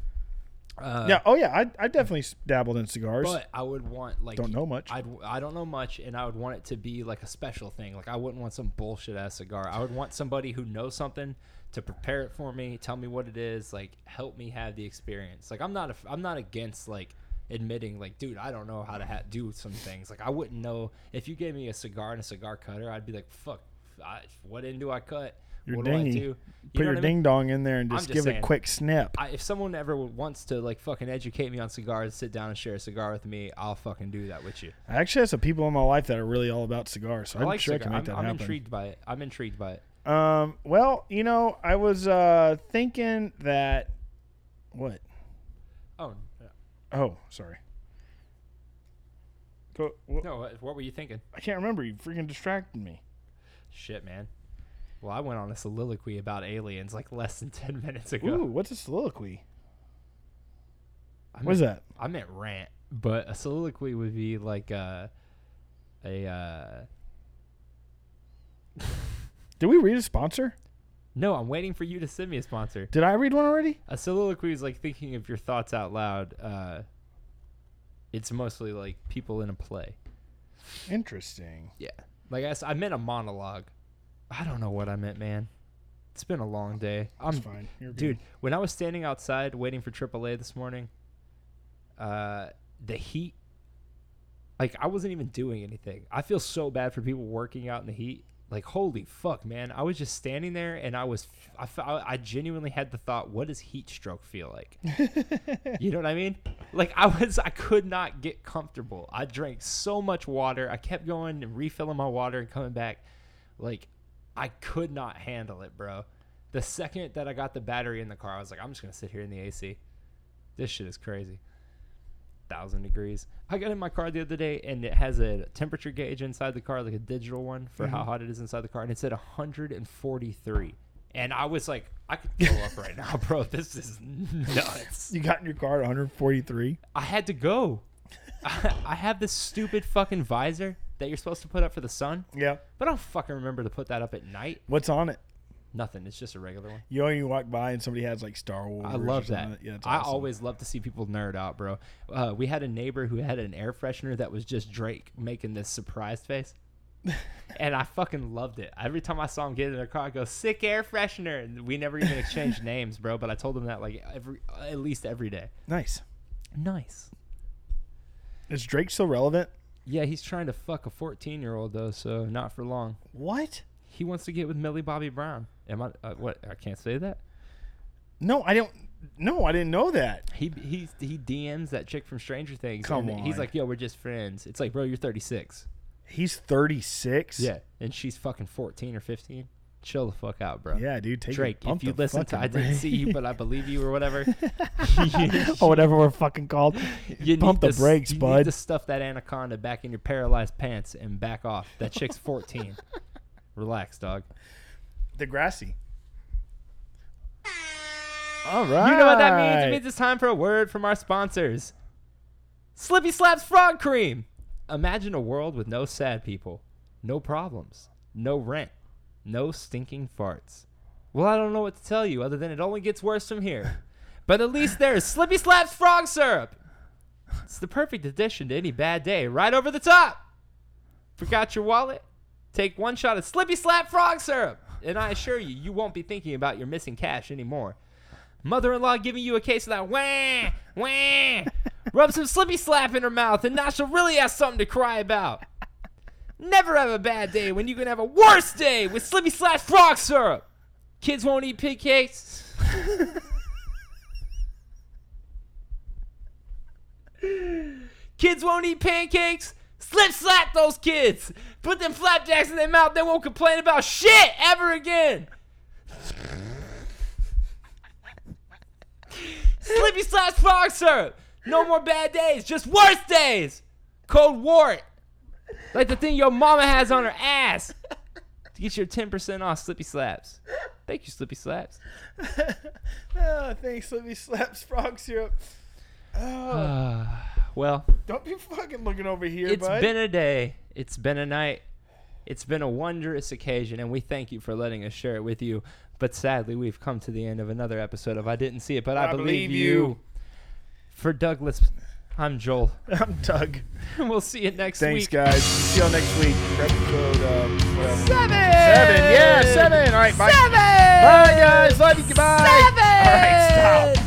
Speaker 3: Uh,
Speaker 1: yeah. Oh yeah. I I definitely s- dabbled in cigars.
Speaker 3: But I would want like
Speaker 1: Don't know much.
Speaker 3: I'd I don't know much, and I would want it to be like a special thing. Like I wouldn't want some bullshit ass cigar. I would want somebody who knows something to prepare it for me, tell me what it is, like help me have the experience. Like I'm not a, I'm not against like admitting like dude I don't know how to ha- do some things. Like I wouldn't know if you gave me a cigar and a cigar cutter, I'd be like fuck, I, what end do I cut?
Speaker 1: Your
Speaker 3: what
Speaker 1: dingy.
Speaker 3: do I do? You
Speaker 1: Put
Speaker 3: know
Speaker 1: your
Speaker 3: what I mean?
Speaker 1: ding dong in there and
Speaker 3: I'm
Speaker 1: just,
Speaker 3: just
Speaker 1: give it a
Speaker 3: saying.
Speaker 1: quick snip.
Speaker 3: I, if someone ever wants to like fucking educate me on cigars, sit down and share a cigar with me, I'll fucking do that with you.
Speaker 1: I actually have some people in my life that are really all about cigars, so I'm sure I can
Speaker 3: cigar-
Speaker 1: make that
Speaker 3: I'm, I'm
Speaker 1: happen.
Speaker 3: intrigued by it. I'm intrigued by it.
Speaker 1: Um, well, you know, I was uh, thinking that what?
Speaker 3: Oh
Speaker 1: Oh, sorry. Go, wh-
Speaker 3: no! uh, What were you thinking?
Speaker 1: I can't remember. You freaking distracted me.
Speaker 3: Shit, man. Well, I went on a soliloquy about aliens like less than ten minutes ago.
Speaker 1: Ooh, what's a soliloquy?
Speaker 3: I
Speaker 1: What is
Speaker 3: meant-
Speaker 1: that?
Speaker 3: I meant rant, but a soliloquy would be like uh, a uh,
Speaker 1: Did we read a sponsor?
Speaker 3: no. I'm waiting for you to send me a sponsor.
Speaker 1: Did I read one already?
Speaker 3: A soliloquy is like thinking of your thoughts out loud. Uh, it's mostly like people in a play.
Speaker 1: Interesting.
Speaker 3: Yeah. Like I, s- I meant a monologue. I don't know what I meant, man. It's been a long day. I'm
Speaker 1: It's fine. You're good.
Speaker 3: dude. When I was standing outside waiting for AAA this morning, uh, the heat. Like I wasn't even doing anything. I feel so bad for people working out in the heat. Like holy fuck, man! I was just standing there, and I was, I, fe- I I genuinely had the thought, what does heat stroke feel like? You know what I mean? Like I was, I could not get comfortable. I drank so much water. I kept going and refilling my water and coming back. Like I could not handle it, bro. The second that I got the battery in the car, I was like, I'm just gonna sit here in the AC. This shit is crazy. Thousand degrees. I got in my car the other day and it has a temperature gauge inside the car, like a digital one for how hot it is inside the car, and it said 143. And I was like, I could go up right now, bro. This is nuts.
Speaker 1: You got in your car at 143.
Speaker 3: I had to go. I, I have this stupid fucking visor that you're supposed to put up for the sun,
Speaker 1: Yeah.
Speaker 3: but I don't fucking remember to put that up at night.
Speaker 1: What's on it?
Speaker 3: Nothing. It's just a regular one.
Speaker 1: You know, when you walk by and somebody has like Star Wars.
Speaker 3: I
Speaker 1: or
Speaker 3: love
Speaker 1: something
Speaker 3: that.
Speaker 1: Yeah, it's
Speaker 3: I
Speaker 1: awesome.
Speaker 3: always love to see people nerd out, bro. Uh, we had a neighbor who had an air freshener that was just Drake making this surprised face. and I fucking loved it. Every time I saw him get in their car, I go, sick air freshener. And we never even exchanged names, bro. But I told him that like every, at least every day.
Speaker 1: nice.
Speaker 3: Nice.
Speaker 1: Is Drake still relevant?
Speaker 3: Yeah, he's trying to fuck a 14 year old though, so not for long.
Speaker 1: What?
Speaker 3: He wants to get with Millie Bobby Brown. Am I? Uh, what? I can't say that.
Speaker 1: No, I don't. No, I didn't know that.
Speaker 3: He he's, he DMs that chick from Stranger Things.
Speaker 1: Come
Speaker 3: and He's
Speaker 1: on.
Speaker 3: like, yo, we're just friends. It's like, bro, you're 36.
Speaker 1: He's 36.
Speaker 3: And she's fucking 14 or 15. Chill the fuck out, bro.
Speaker 1: Yeah, dude. Take
Speaker 3: Drake,
Speaker 1: Your, pump
Speaker 3: if you
Speaker 1: the
Speaker 3: listen to
Speaker 1: fucking
Speaker 3: I didn't
Speaker 1: brakes.
Speaker 3: see you, but I believe you or whatever,
Speaker 1: or whatever we're fucking called.
Speaker 3: you
Speaker 1: Pump the
Speaker 3: need to, s-
Speaker 1: brakes,
Speaker 3: you
Speaker 1: bud.
Speaker 3: Need to stuff that anaconda back in your paralyzed pants and back off. That chick's 14. Relax, dog.
Speaker 1: Degrassi. All right.
Speaker 3: You know what that means? It means it's time for a word from our sponsors. Slippy Slaps Frog Cream. Imagine a world with no sad people, no problems, no rent, no stinking farts. Well, I don't know what to tell you other than it only gets worse from here. But at least there's Slippy Slaps Frog Syrup. It's the perfect addition to any bad day, right over the top. Forgot your wallet? Take one shot of Slippy Slap Frog Syrup, and I assure you, you won't be thinking about your missing cash anymore. Mother-in-law giving you a case of that wah wah. Rub some slippy slap in her mouth, and now she'll really have something to cry about. Never have a bad day when you can have a worse day with slippy slap frog syrup. Kids won't eat pig cakes. Kids won't eat pancakes. Slip slap those kids. Put them flapjacks in their mouth. They won't complain about shit ever again. Slippy slash frog syrup. No more bad days, just worse days. Cold wart. Like the thing your mama has on her ass. To get your 10% off Slippy Slaps. Thank you, Slippy Slaps.
Speaker 1: Oh, thanks, Libby Slaps Frog Syrup. Oh,
Speaker 3: Uh, well,
Speaker 1: don't be fucking looking over here,
Speaker 3: it's
Speaker 1: bud.
Speaker 3: been a day. It's been a night. It's been a wondrous occasion, and we thank you for letting us share it with you. But sadly, we've come to the end of another episode of I Didn't See It, But I,
Speaker 1: I Believe You.
Speaker 3: For Douglas, I'm Joel.
Speaker 1: I'm Doug.
Speaker 3: we'll see you next
Speaker 1: Thanks,
Speaker 3: week.
Speaker 1: guys. See y'all next week. for Episode um, whatever.
Speaker 3: Seven.
Speaker 1: Seven. Yeah, seven. All right, bye.
Speaker 3: Seven.
Speaker 1: Bye, guys. Love you. Goodbye.
Speaker 3: Seven.
Speaker 1: All right, stop.